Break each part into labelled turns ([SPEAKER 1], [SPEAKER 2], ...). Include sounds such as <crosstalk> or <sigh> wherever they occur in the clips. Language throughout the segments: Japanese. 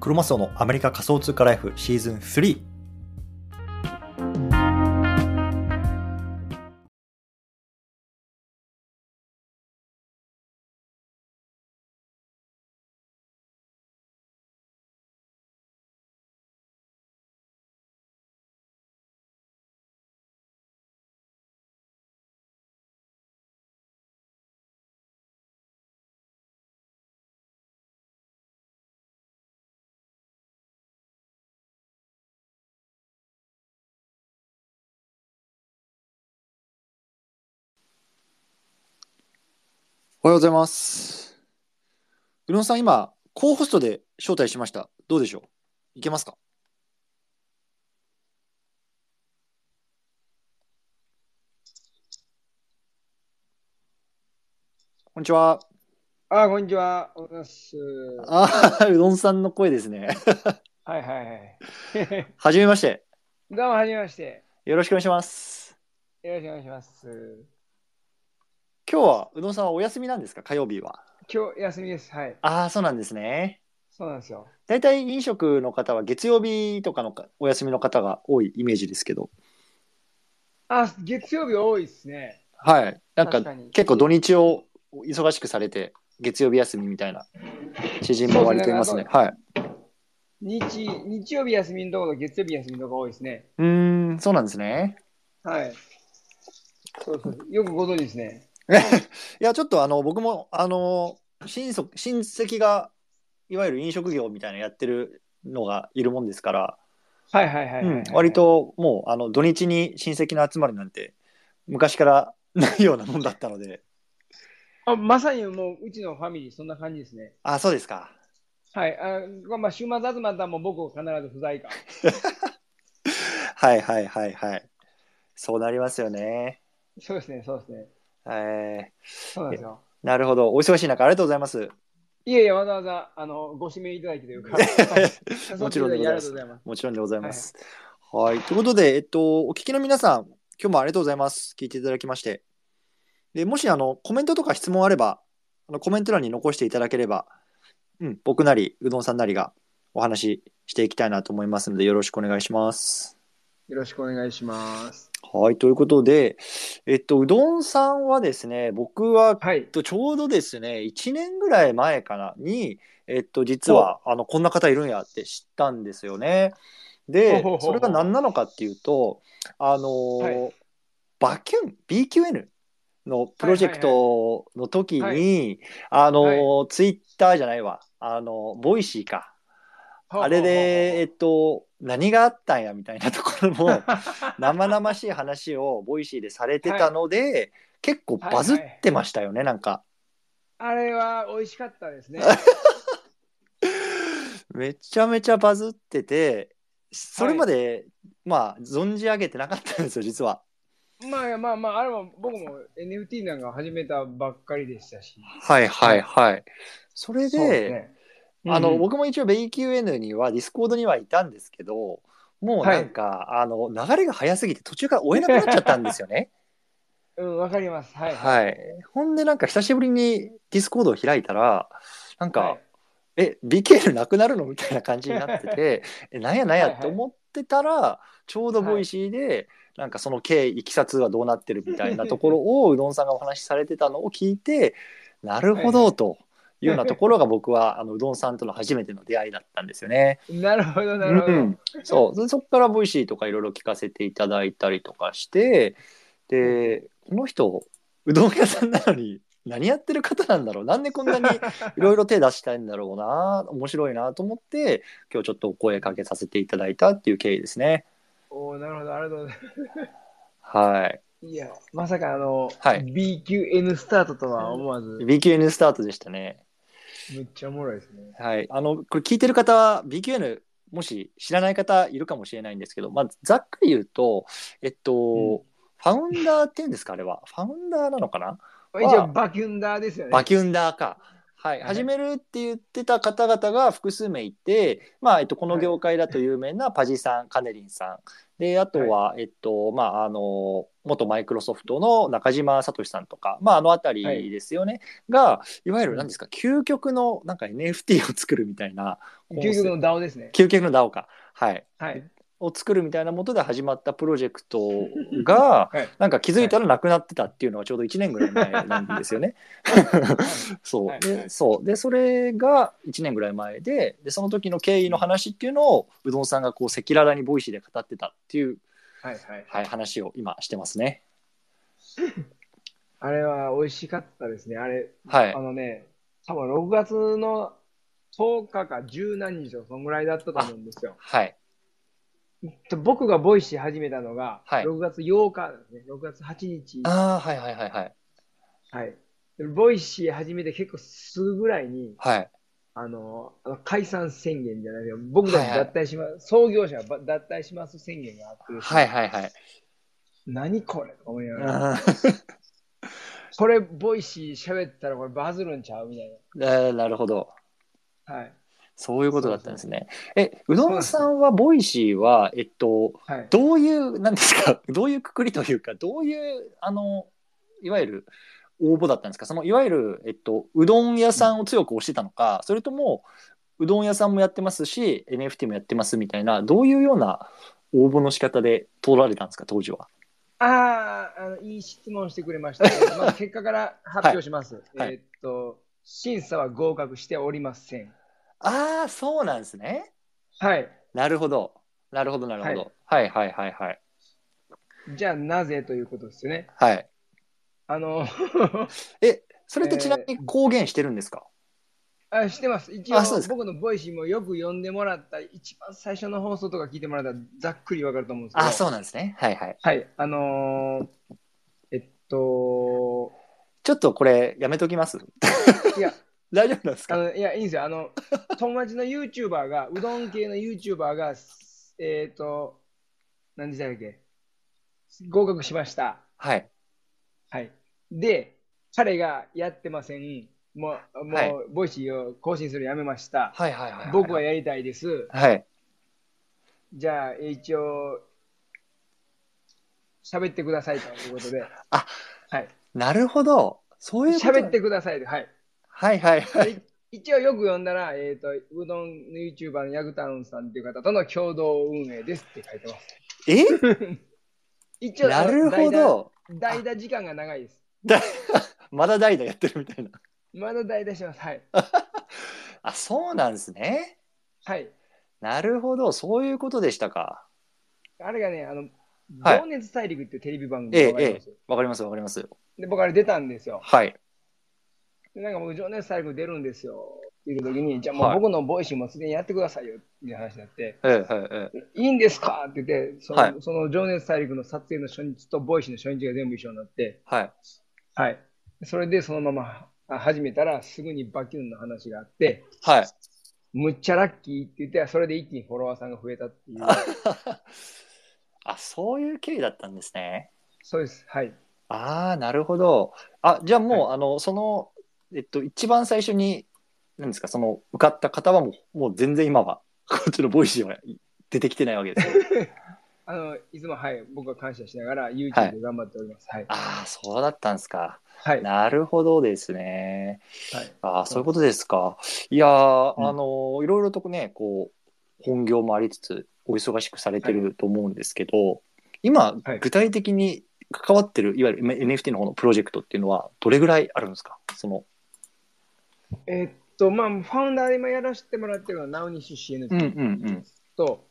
[SPEAKER 1] クロマスオのアメリカ仮想通貨ライフシーズン3おはようございます宇野さん今コーホストで招待しましたどうでしょういけますかこんにちは。
[SPEAKER 2] あー、こんにちは。おはようございます。
[SPEAKER 1] ああ、うどんさんの声ですね。
[SPEAKER 2] はいはいはい。
[SPEAKER 1] はじめまして。
[SPEAKER 2] <laughs> どうも、はじめまして。
[SPEAKER 1] よろしくお願いします。
[SPEAKER 2] よろしくお願いします。
[SPEAKER 1] 今日は、うどんさんはお休みなんですか火曜日は。
[SPEAKER 2] 今日休みです。はい。
[SPEAKER 1] ああ、そうなんですね。
[SPEAKER 2] そうなんですよ。
[SPEAKER 1] 大体飲食の方は月曜日とかのかお休みの方が多いイメージですけど。
[SPEAKER 2] あ、月曜日多いですね。
[SPEAKER 1] はい。なんか
[SPEAKER 2] 確かに
[SPEAKER 1] 結構土日を忙しくされて、月曜日休みみたいな知人も割といますね。はい。
[SPEAKER 2] 日、日曜日休みのところ、月曜日休みのところ多いですね。
[SPEAKER 1] うーん、そうなんですね。
[SPEAKER 2] はい。そうそう。よくご存知ですね。
[SPEAKER 1] いや、ちょっとあの、僕も、あの、親族親戚が、いわゆる飲食業みたいなやってるのがいるもんですから、
[SPEAKER 2] はいはいはい、はい
[SPEAKER 1] うん割。ともうあの土日に親戚の集まりなんて昔から <laughs> ないようなもんだったので
[SPEAKER 2] あ、まさにもう、うちのファミリー、そんな感じですね。
[SPEAKER 1] あそうですか
[SPEAKER 2] はい。あまあ、週末集まったらもう僕を必ず不在か。
[SPEAKER 1] はいはいはいはいそうなりますよね
[SPEAKER 2] そうですね、そうですね。
[SPEAKER 1] えー、
[SPEAKER 2] そうなんですよ。
[SPEAKER 1] なるほどお忙しい中ありがとうございます
[SPEAKER 2] いえいえ、わざわざ、あの、ご指名いただきというか。
[SPEAKER 1] <laughs> もちろんでございます
[SPEAKER 2] ありがとうございます。
[SPEAKER 1] もちろんでございますはい、ということでえっとお聞きの皆さん今日もありがとうございます聞いていただきましてでもしあのコメントとか質問あればあのコメント欄に残していただければ、うん、僕なりうどんさんなりがお話ししていきたいなと思いますのでよろしくお願いします
[SPEAKER 2] よろしくお願いします。
[SPEAKER 1] はい、ということで、えっと、うどんさんはですね、僕は、
[SPEAKER 2] はい
[SPEAKER 1] えっ。と、ちょうどですね、1年ぐらい前かな、に、えっと、実は、あの、こんな方いるんやって知ったんですよね。で
[SPEAKER 2] ほうほうほう、ほ
[SPEAKER 1] そうれが何なのかっていうと、あのー
[SPEAKER 2] は
[SPEAKER 1] バキュン、BQN のプロジェクトの時に、
[SPEAKER 2] はいは
[SPEAKER 1] あのーツイッターじゃないわ、あのボイシーか。 <laughs> あれで、えっと、何があったんやみたいなところ
[SPEAKER 2] <laughs>
[SPEAKER 1] の生々しい話をボイシーでされてたので、結構バズってましたよね、なんか。
[SPEAKER 2] あれは美味しかったで
[SPEAKER 1] <laughs>
[SPEAKER 2] すね。
[SPEAKER 1] めちゃめちゃバズってて、それまで、まあ、存じ上げてなかったんですよ、実は。
[SPEAKER 2] まあまあまあ、あれも僕も NFT なんか始めたばっかりでしたし。
[SPEAKER 1] はいはいはい。それ
[SPEAKER 2] そう
[SPEAKER 1] で、
[SPEAKER 2] すね
[SPEAKER 1] あの、
[SPEAKER 2] うん
[SPEAKER 1] 僕も一応 BQN には、ディスコードにはいたんですけど、もうなんか、あの、流れが早すぎて途中から追えなくなっちゃったんですよね。
[SPEAKER 2] うん、わかります。はい。
[SPEAKER 1] はい。ほんで、なんか久しぶりにディスコードを開いたら、なんか、
[SPEAKER 2] はい
[SPEAKER 1] え、BKL なくなるのみたいな感じになって <laughs> て、え、なんやなんやって思ってたら、ちょうどボイシーで、なんかその経緯、いきさつはどうなってるみたいなところを、うどんさんがお話しされてたのを聞いて、なるほど、というようなところが僕は、あの、うどんさんとの初めての出会いだったんですよね。
[SPEAKER 2] なるほど、なるほど。
[SPEAKER 1] うん、そうそそこからボイシーとかいろいろ聞かせていただいたりとかしてでこの人うどん屋さんなのに何やってる方なんだろうなんでこん
[SPEAKER 2] <laughs>
[SPEAKER 1] なにいろいろ手出したいんだろうな面白いなと思って今日ちょっとお声かけさせていただいたっていう経緯ですね。
[SPEAKER 2] おーなるほど、ありがとうございま
[SPEAKER 1] はい、
[SPEAKER 2] す。いや、まさかあの、
[SPEAKER 1] はい
[SPEAKER 2] BQN スタートとは思わず、
[SPEAKER 1] BQN スタートでしたね。
[SPEAKER 2] めっちゃおもろいですね。
[SPEAKER 1] はい、あのこれ聞いてる方は BQN もし知らない方いるかもしれないんですけど、まあ、ざっくり言うと、えっと
[SPEAKER 2] うん
[SPEAKER 1] ファウンダーっていうんですかあれはファウンダーなのかな
[SPEAKER 2] まあ一応、バキュンダーですよね。
[SPEAKER 1] バキュンダーか。はい、
[SPEAKER 2] はい
[SPEAKER 1] 始めるって言ってた方々が複数名いて、まあえっと、この業界だと有名なパジさん、カネリンさんであとは、えっとまあ、あの元マイクロソフトの中島聡さんとか、まあ、あの辺りですよね、がいわゆる何ですか究極のなんか NFT を作るみたいな
[SPEAKER 2] 究極の DAO ですね。
[SPEAKER 1] 究極の DAO か、はい、
[SPEAKER 2] はい。
[SPEAKER 1] を作るみたいなもとで始まったプロジェク
[SPEAKER 2] <laughs>
[SPEAKER 1] トが、
[SPEAKER 2] はい
[SPEAKER 1] なんか気づいたらなくなってたっていうのはちょうど1年ぐらい
[SPEAKER 2] <laughs>
[SPEAKER 1] 前なんですよね。そう
[SPEAKER 2] はいは
[SPEAKER 1] で
[SPEAKER 2] い
[SPEAKER 1] そうでそれが1年ぐらい前ででその時の経緯の話っていうのをうどんさんがこう赤裸々にボイシーで語ってたっていう、
[SPEAKER 2] はいはい。
[SPEAKER 1] はい、話を今してますね。
[SPEAKER 2] あれは美味しかったですね。あれ、
[SPEAKER 1] はい
[SPEAKER 2] あのね、多分6月の10日か十何日とかそのぐらいだったと思うんですよ。
[SPEAKER 1] はい
[SPEAKER 2] と僕がボイシー始めたのが、
[SPEAKER 1] はい
[SPEAKER 2] 6月8日ですね。6月8日。
[SPEAKER 1] ああはいはいはいはい
[SPEAKER 2] はい。でボイシー始めて結構すぐぐらいに、
[SPEAKER 1] はい
[SPEAKER 2] あの、あの解散宣言じゃないけど、僕たち脱退します、創業者がば脱退します宣言があってですね、
[SPEAKER 1] はいはいはい。
[SPEAKER 2] 何これとか思いながら、
[SPEAKER 1] あー <laughs>
[SPEAKER 2] これ、ボイシー喋ったらこれバズるんちゃうみたい
[SPEAKER 1] あーなるほど
[SPEAKER 2] な。はい。
[SPEAKER 1] そういうことだったんですね。えうどんさんはボイシーはえっと
[SPEAKER 2] はい。
[SPEAKER 1] どういう、なんですか、 <laughs> どういうくくりというか、どういう、あの、いわゆる応募だったんですか、そのいわゆる、えっと、うどん屋さんを強く推してたのか、それとも、うどん屋さんもやってますし、NFT もやってますみたいな、どういうような応募の仕方で通られたんですか、当時は。
[SPEAKER 2] あーあの、いい質問してくれま
[SPEAKER 1] <laughs>
[SPEAKER 2] した。まあ、結果から発表します。
[SPEAKER 1] はい
[SPEAKER 2] えーっと、審査は合格しておりません。
[SPEAKER 1] ああ、そうなんですね。
[SPEAKER 2] はい。
[SPEAKER 1] なるほど。なるほど、なるほど。はい、はい、はい、はい。
[SPEAKER 2] じゃあ、なぜということですよね。
[SPEAKER 1] はい。
[SPEAKER 2] あの、
[SPEAKER 1] え、それってちなみに公言してるんですか、
[SPEAKER 2] あしてます。一応
[SPEAKER 1] あそうです、か
[SPEAKER 2] 僕のボイシーもよく読んでもらった、一番最初の放送とか聞いてもらったら、ざっくりわかると思うんですけど。
[SPEAKER 1] あそうなんですね。はい、はい。
[SPEAKER 2] はい。あのーえっと、
[SPEAKER 1] ちょっとこれ、やめときます。
[SPEAKER 2] いや、
[SPEAKER 1] 大丈夫なんです
[SPEAKER 2] あ
[SPEAKER 1] か
[SPEAKER 2] の、いや、いいんですよ。あの、友達の YouTuber が、うどん系の YouTuber が、えっ、と、何時だっけ合格しました。
[SPEAKER 1] はい。
[SPEAKER 2] はい。で、彼がやってません。もう、もう、
[SPEAKER 1] はい
[SPEAKER 2] ボイシーを更新するのやめました。
[SPEAKER 1] はい、はい、はい。
[SPEAKER 2] 僕はやりたいです。
[SPEAKER 1] はい。
[SPEAKER 2] じゃあ、一応、喋ってくださいということで。
[SPEAKER 1] あ
[SPEAKER 2] はい。
[SPEAKER 1] なるほど。そういうこと
[SPEAKER 2] 喋っ。てくださいと。はい。
[SPEAKER 1] はいはいはい。
[SPEAKER 2] で一応よく読んだら、えっ、と、うどんの YouTuber のヤグタウンさんっていう方との共同運営ですって書いてます。
[SPEAKER 1] え
[SPEAKER 2] 一応、
[SPEAKER 1] なるほど。
[SPEAKER 2] 代打。代打時間が長いです。
[SPEAKER 1] だまだ代打やってるみたいな。
[SPEAKER 2] まだ代打します。はい。
[SPEAKER 1] あ、そうなんですね。
[SPEAKER 2] はい。
[SPEAKER 1] なるほど。そういうことでしたか。
[SPEAKER 2] あれがね、あの、
[SPEAKER 1] はい
[SPEAKER 2] 情熱大陸っていうテレビ番
[SPEAKER 1] え
[SPEAKER 2] 組
[SPEAKER 1] え
[SPEAKER 2] わかります
[SPEAKER 1] わかりますわかります。
[SPEAKER 2] で、僕あれ出たんですよ。
[SPEAKER 1] はい。
[SPEAKER 2] で、なんか僕、情熱大陸出るんですよ。っていう時に、じゃあも
[SPEAKER 1] は
[SPEAKER 2] う
[SPEAKER 1] い
[SPEAKER 2] 僕のボイシーもすでにやってくださいよ。っていう話になって、
[SPEAKER 1] ええええええ
[SPEAKER 2] いいんですかって言って、その、
[SPEAKER 1] はい
[SPEAKER 2] その情熱大陸の撮影の初日とボイシーの初日が全部一緒になって、
[SPEAKER 1] はい。
[SPEAKER 2] はい。それでそのままあ始めたら、すぐにバキュンの話があって、
[SPEAKER 1] はい。
[SPEAKER 2] むっちゃラッキーって言って、それで一気にフォロワーさんが増えたっていう。
[SPEAKER 1] あ、そういう経緯だったんですね。
[SPEAKER 2] そうです。はい。
[SPEAKER 1] ああ、なるほど。あ、じゃあもう、あの、その、えっと、一番最初に、なんですか、その、受かった方はもう、もう全然今は、こっちのボイシーは出てきてないわけですよ。
[SPEAKER 2] あの、いつも、はい、僕は感謝しながら
[SPEAKER 1] は
[SPEAKER 2] YouTube
[SPEAKER 1] い
[SPEAKER 2] で頑張っております。はい。
[SPEAKER 1] <laughs> ああ、そうだったんですか。
[SPEAKER 2] はい。はい。
[SPEAKER 1] なるほどですね。
[SPEAKER 2] はい
[SPEAKER 1] ああ、そういうことですか。いやー、
[SPEAKER 2] うん
[SPEAKER 1] あのーいろいろとね、こう、本業もありつつ、お忙しくされてると思うんですけど、今、
[SPEAKER 2] はい
[SPEAKER 1] 具体的に関わってる、いわゆるま NFT の方のプロジェクトっていうのは、どれぐらいあるんですかその、
[SPEAKER 2] えーっと、まあ、ファウンダーで今やらせてもらってるのは、ナウニッシュ CNP
[SPEAKER 1] ん
[SPEAKER 2] と、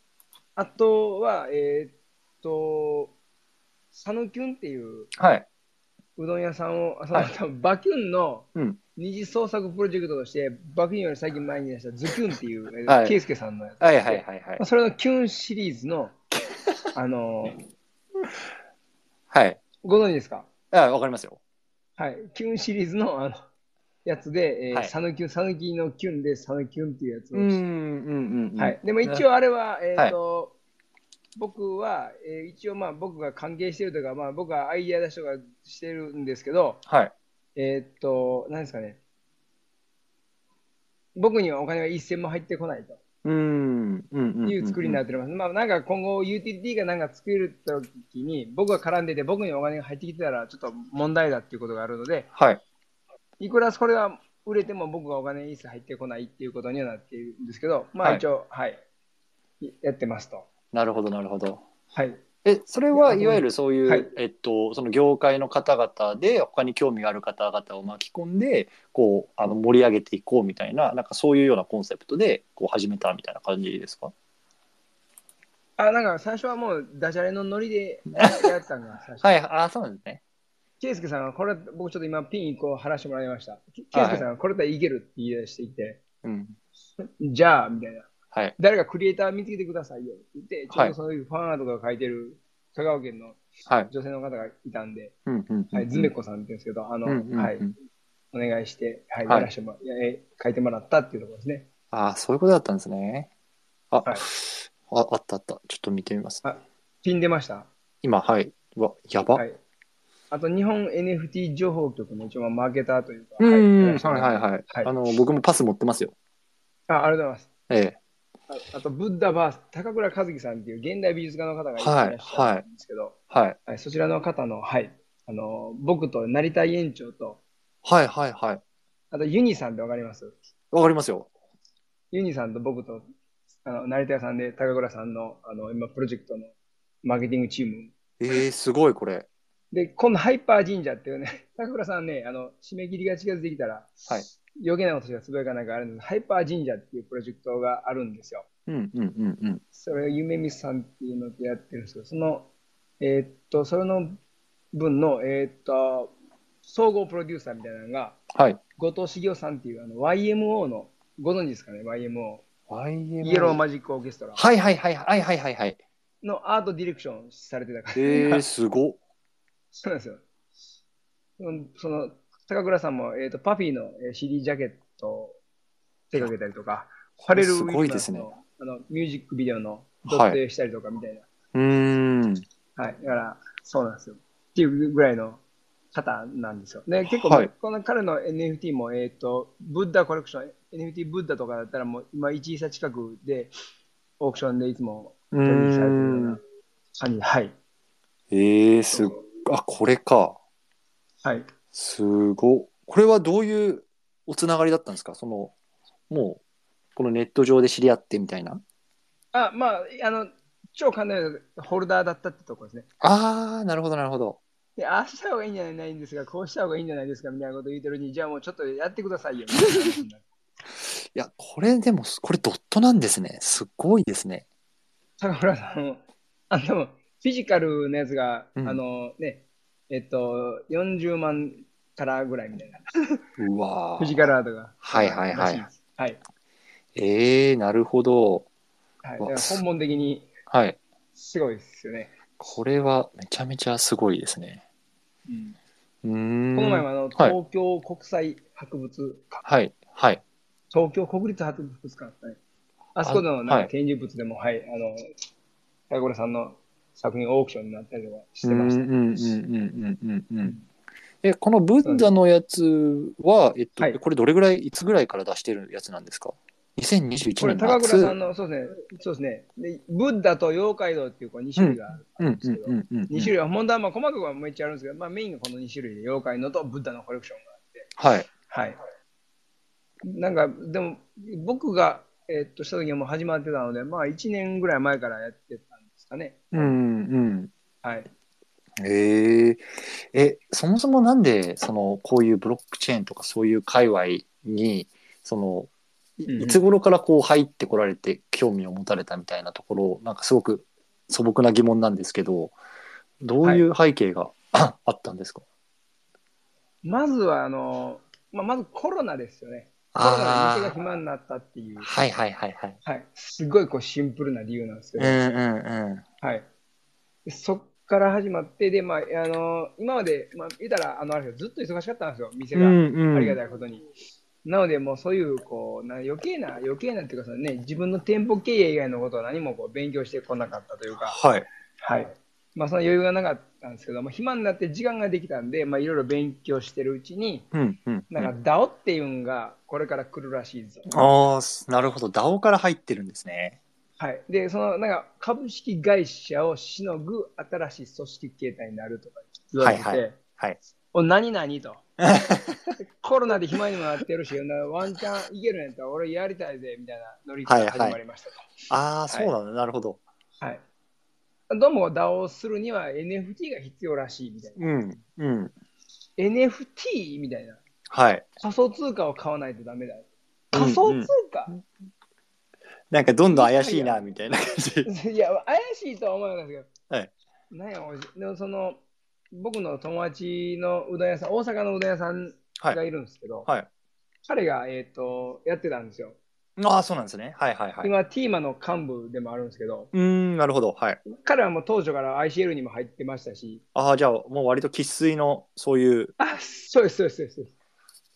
[SPEAKER 2] あとは、えーっと、サヌキュンっていう
[SPEAKER 1] はい。
[SPEAKER 2] うどん屋さんを、あそ
[SPEAKER 1] はいう
[SPEAKER 2] 多分バキュンの
[SPEAKER 1] うん
[SPEAKER 2] 二次創作プロジェクトとして、バキュンより最近前に出したズキュンっていう、え
[SPEAKER 1] は
[SPEAKER 2] ー
[SPEAKER 1] い
[SPEAKER 2] ケイスケさんのやつ、
[SPEAKER 1] はいはいはいはい
[SPEAKER 2] まあ。それのキュンシリー
[SPEAKER 1] <laughs>
[SPEAKER 2] ズの、あのー
[SPEAKER 1] はい。
[SPEAKER 2] ご存知ですか
[SPEAKER 1] ああ、わかりますよ。
[SPEAKER 2] はい、キュンシリーズのあのやつで、えー
[SPEAKER 1] はい
[SPEAKER 2] サヌキュン、サヌキのキュンでサヌキュンっていうやつを、
[SPEAKER 1] うんうんうん。
[SPEAKER 2] はい。。でも一応あれは、えっ、と、僕は、えー一応まあ僕が関係してるというか、まあ僕がアイデア出しとかしてるんですけど、
[SPEAKER 1] はい。
[SPEAKER 2] えーっと、何ですかね。僕にはお金は一銭も入ってこないと。
[SPEAKER 1] うんうんうん
[SPEAKER 2] いう作りにな
[SPEAKER 1] る
[SPEAKER 2] っております。まあ、なんか今後、ユーティリティがなんか作るときに、僕が絡んでて、僕にお金が入ってきてたら、ちょっと問題だっていうことがあるので、
[SPEAKER 1] はい
[SPEAKER 2] いくらこれが売れても、僕がお金一切入ってこないっていうことにはなっているんですけど、まあ、
[SPEAKER 1] はい
[SPEAKER 2] 一応、はい、やってますと。
[SPEAKER 1] なるほどなるほど
[SPEAKER 2] はい。
[SPEAKER 1] えそれはい
[SPEAKER 2] や
[SPEAKER 1] いわゆるそういう、
[SPEAKER 2] はい
[SPEAKER 1] えっと、その業界の方々で他に興味がある方々を巻き込んでこうあの盛り上げていこうみたいななんかそういうようなコンセプトでこう始めたみたいな感じですか
[SPEAKER 2] あ、なんか最初はもう、ダジャレのノリでやったんが、最初。
[SPEAKER 1] はいあそうなんですね
[SPEAKER 2] ケイスケさんは、これ、僕ちょっと今、ピン1個貼らせてもらいました。ケイスケさんは、これだったらいけるって言い出していて、
[SPEAKER 1] うん
[SPEAKER 2] じゃあ、みたいな。
[SPEAKER 1] はい
[SPEAKER 2] 誰かクリエイター見つけてくださいよって言って、ちょう
[SPEAKER 1] はい
[SPEAKER 2] どその時ファンアートとか書いてる香川県の
[SPEAKER 1] はい
[SPEAKER 2] 女性の方がいたんで、
[SPEAKER 1] うんうん
[SPEAKER 2] はい、ズメコさんって言うんですけど、あの、
[SPEAKER 1] うんうんうん
[SPEAKER 2] はい、お願いして、はい、
[SPEAKER 1] はい
[SPEAKER 2] やらしてもらえ書いてもらったっていうところですね。
[SPEAKER 1] ああそういうことだったんですねあ、
[SPEAKER 2] はい
[SPEAKER 1] ああったあったちょっと見てみます
[SPEAKER 2] あピン出ました
[SPEAKER 1] 今はいうわやば、
[SPEAKER 2] はい。あと、日本 NFT 情報局の一番マーケターというか、
[SPEAKER 1] う
[SPEAKER 2] や
[SPEAKER 1] ん
[SPEAKER 2] らせても
[SPEAKER 1] はい
[SPEAKER 2] ら
[SPEAKER 1] は
[SPEAKER 2] っ
[SPEAKER 1] い
[SPEAKER 2] て
[SPEAKER 1] はい、
[SPEAKER 2] は
[SPEAKER 1] あ
[SPEAKER 2] い
[SPEAKER 1] の僕もパス持ってますよ
[SPEAKER 2] あありがとうございます。
[SPEAKER 1] ええ
[SPEAKER 2] ああと、ブッダバース、高倉和樹さんっていう現代美術家の方がいらっしゃるんですけど、はい
[SPEAKER 1] はい
[SPEAKER 2] そちらの方の、はい、あの、僕と成田園長と、
[SPEAKER 1] はいはいはい
[SPEAKER 2] あと、ユニさんってわかります
[SPEAKER 1] わかりますよ
[SPEAKER 2] ユニさんと僕と、あの、成田屋さんで高倉さんの、あの、今、プロジェクトのマーケティングチーム。
[SPEAKER 1] えー、すごいこれ
[SPEAKER 2] で、今度、ハイパー神社っていうね、 <laughs> 高倉さんね、あの、締め切りが近づいてきたら、
[SPEAKER 1] はい
[SPEAKER 2] 余計なことしかつぶやかないからあるんですハイパー神社っていうプロジェクトがあるんですよ。
[SPEAKER 1] うんうんうんうん
[SPEAKER 2] それを夢見さんっていうのでやってるんですけど、その、えーっと、それの分の、えーっと、総合プロデューサーみたいなのが、
[SPEAKER 1] はい。
[SPEAKER 2] 後藤茂雄さんっていう、あの、YMO の、ご存知ですかね、YMO。
[SPEAKER 1] YMO
[SPEAKER 2] イエローマジックオーケストラ。
[SPEAKER 1] はいはいはいはいはいはいはい。
[SPEAKER 2] のアートディレクションされてたから、
[SPEAKER 1] えー、すごっ。
[SPEAKER 2] <laughs> そうなんですよ。その、その高倉さんも、えっ、と、パフィーのえー CD ジャケットを手掛けたりとか、ファレル・ウ
[SPEAKER 1] す
[SPEAKER 2] ィ
[SPEAKER 1] ごい
[SPEAKER 2] リア
[SPEAKER 1] で
[SPEAKER 2] ス
[SPEAKER 1] すね
[SPEAKER 2] のあのミュージックビデオの
[SPEAKER 1] はい
[SPEAKER 2] 撮影したりとかみたいな。
[SPEAKER 1] うーん。
[SPEAKER 2] はい。だから、そうなんですよ。っていうぐらいの方なんですよ。で、結構、
[SPEAKER 1] はい
[SPEAKER 2] この彼の NFT も、えっ、と、ブッダコレクション、NFT ブッダとかだったらもう今1イーサ近くで、オークションでいつも
[SPEAKER 1] う
[SPEAKER 2] 取引されてるよう
[SPEAKER 1] ーん
[SPEAKER 2] な。感じ。はい。
[SPEAKER 1] えー、すっあ、これか。
[SPEAKER 2] はい。
[SPEAKER 1] すごっ。これはどういうおつながりだったんですかその、もう、このネット上で知り合ってみたいな。
[SPEAKER 2] あ、まあ、あの、超簡単なホルダーだったってとこですね。
[SPEAKER 1] あー、なるほどなるほど。
[SPEAKER 2] で、ああした方がいいんじゃないんですか、こうした方がいいんじゃないですか、みたいなこと言うてるうちに、じゃあもうちょっとやってくださいよ、みたいな話になる
[SPEAKER 1] いや、これでも、これドットなんですね。すごいですね。
[SPEAKER 2] 高村さんも、あの、フィジカルのやつが、
[SPEAKER 1] うん
[SPEAKER 2] あのね、えっと、40万からぐらいみたいな、
[SPEAKER 1] うわ
[SPEAKER 2] フィジ
[SPEAKER 1] ー。
[SPEAKER 2] カルアートが。
[SPEAKER 1] はいはいはい
[SPEAKER 2] らしんですはい。
[SPEAKER 1] えー、なるほど。
[SPEAKER 2] はい。
[SPEAKER 1] う
[SPEAKER 2] だ
[SPEAKER 1] わ
[SPEAKER 2] から本物的に
[SPEAKER 1] はい。
[SPEAKER 2] すごいですよね。
[SPEAKER 1] これはめちゃめちゃすごいですね。
[SPEAKER 2] うん
[SPEAKER 1] うーん。
[SPEAKER 2] この前もあの、東京国際博物館、
[SPEAKER 1] はい。はい。
[SPEAKER 2] 東京国立博物館ですね。あそこの
[SPEAKER 1] あ
[SPEAKER 2] なん
[SPEAKER 1] は
[SPEAKER 2] か
[SPEAKER 1] い
[SPEAKER 2] 展示物でも、はい、あの、高倉さんの作品オークションになったりとかしてました
[SPEAKER 1] う
[SPEAKER 2] ね。
[SPEAKER 1] んうんうんうんうんうん。え、このブッダのやつは、えっと、
[SPEAKER 2] はい
[SPEAKER 1] これどれぐらい、いつぐらいから出してるやつなんですか ?2021
[SPEAKER 2] これ、
[SPEAKER 1] 年の
[SPEAKER 2] 高倉さん
[SPEAKER 1] 夏。
[SPEAKER 2] の、そうですね、そうですねで、ブッダと妖怪道っていうこう2種類がある
[SPEAKER 1] うん
[SPEAKER 2] ん
[SPEAKER 1] う
[SPEAKER 2] ですけど、
[SPEAKER 1] んうんうん。
[SPEAKER 2] 2種類は、本当はまあ細かくはめっちゃあるんですけど、まあ、メインがこの2種類で、妖怪のとブッダのコレクション
[SPEAKER 1] はい。
[SPEAKER 2] が。はい。なんか、でも、僕が、えっとした時にはもう始まってたので、まあ、1年ぐらい前からやってたんですかね。
[SPEAKER 1] うん
[SPEAKER 2] はい。
[SPEAKER 1] うん。えー、え、そもそもなんで、その、こういうブロックチェーンとかそういう界隈に、その、
[SPEAKER 2] うんうん
[SPEAKER 1] いいつ頃からこう入ってこられて興味を持たれたみたいなところ、なんかすごく素朴な疑問なんですけど、どういう背景があったんですか
[SPEAKER 2] まずは、あの、まあ、まずコロナですよね。コロナ
[SPEAKER 1] あ
[SPEAKER 2] で店
[SPEAKER 1] ー
[SPEAKER 2] が暇になったっていう、
[SPEAKER 1] はいはいはいはい。
[SPEAKER 2] はい。すごいこうシンプルな理由なんですけ
[SPEAKER 1] うん
[SPEAKER 2] ど、
[SPEAKER 1] うんうん。
[SPEAKER 2] はい。でそっから始まって、で、まあ、あの今まで、まあ、言ったら、あの、あれですよずっと忙しかったんですよ、店が。
[SPEAKER 1] ん
[SPEAKER 2] ありがたいことに。なので、もうそういう、こう、な余計な、余計なっていうか、そのね、自分の店舗経営以外のことは何もこう勉強してこなかったというか、
[SPEAKER 1] はい。
[SPEAKER 2] はい。まあ、その余裕がなかったんですけど、まあ、暇になって時間ができたんで、まあ、いろいろ勉強してるうちに、
[SPEAKER 1] うんうんう
[SPEAKER 2] なんか
[SPEAKER 1] ん、
[SPEAKER 2] ダオっていうんがこれから来るらしいぞ。
[SPEAKER 1] ああなるほど DAO から入ってるんですね
[SPEAKER 2] はい。で、その、なんか、株式会社をしのぐ新しい組織形態になるとか言われて、
[SPEAKER 1] はいはい
[SPEAKER 2] お何々と。 <laughs> コロナで暇にもなってるし、なワンチャンいけるんやったら俺やりたいぜ、みたいなノリから始まりましたと。
[SPEAKER 1] ああそうなんだ、なるほど
[SPEAKER 2] はい、どうも DAO するには NFT が必要らしいみたいな。
[SPEAKER 1] うんうん
[SPEAKER 2] NFT? みたいな。
[SPEAKER 1] はい
[SPEAKER 2] 仮想通貨を買わないとダメだ。仮想通貨、
[SPEAKER 1] なんかどんどん怪しいなみたいな感じ
[SPEAKER 2] いや、怪しいとは思わなかったですけど、
[SPEAKER 1] はい
[SPEAKER 2] なんやおいしでもその、僕の友達のうどん屋さん、大阪のうどん屋さんがいるんですけど、
[SPEAKER 1] はいはい
[SPEAKER 2] 彼が、えー、とやってたんですよ。
[SPEAKER 1] ああそうなんですねはいはいはい
[SPEAKER 2] 今、ティーマの幹部でもあるんですけど、
[SPEAKER 1] うーんなるほどはい
[SPEAKER 2] 彼はもう当初から ICL にも入ってましたし、
[SPEAKER 1] ああじゃあもう割と生粋のそういう
[SPEAKER 2] あそうです、そうです、そうです。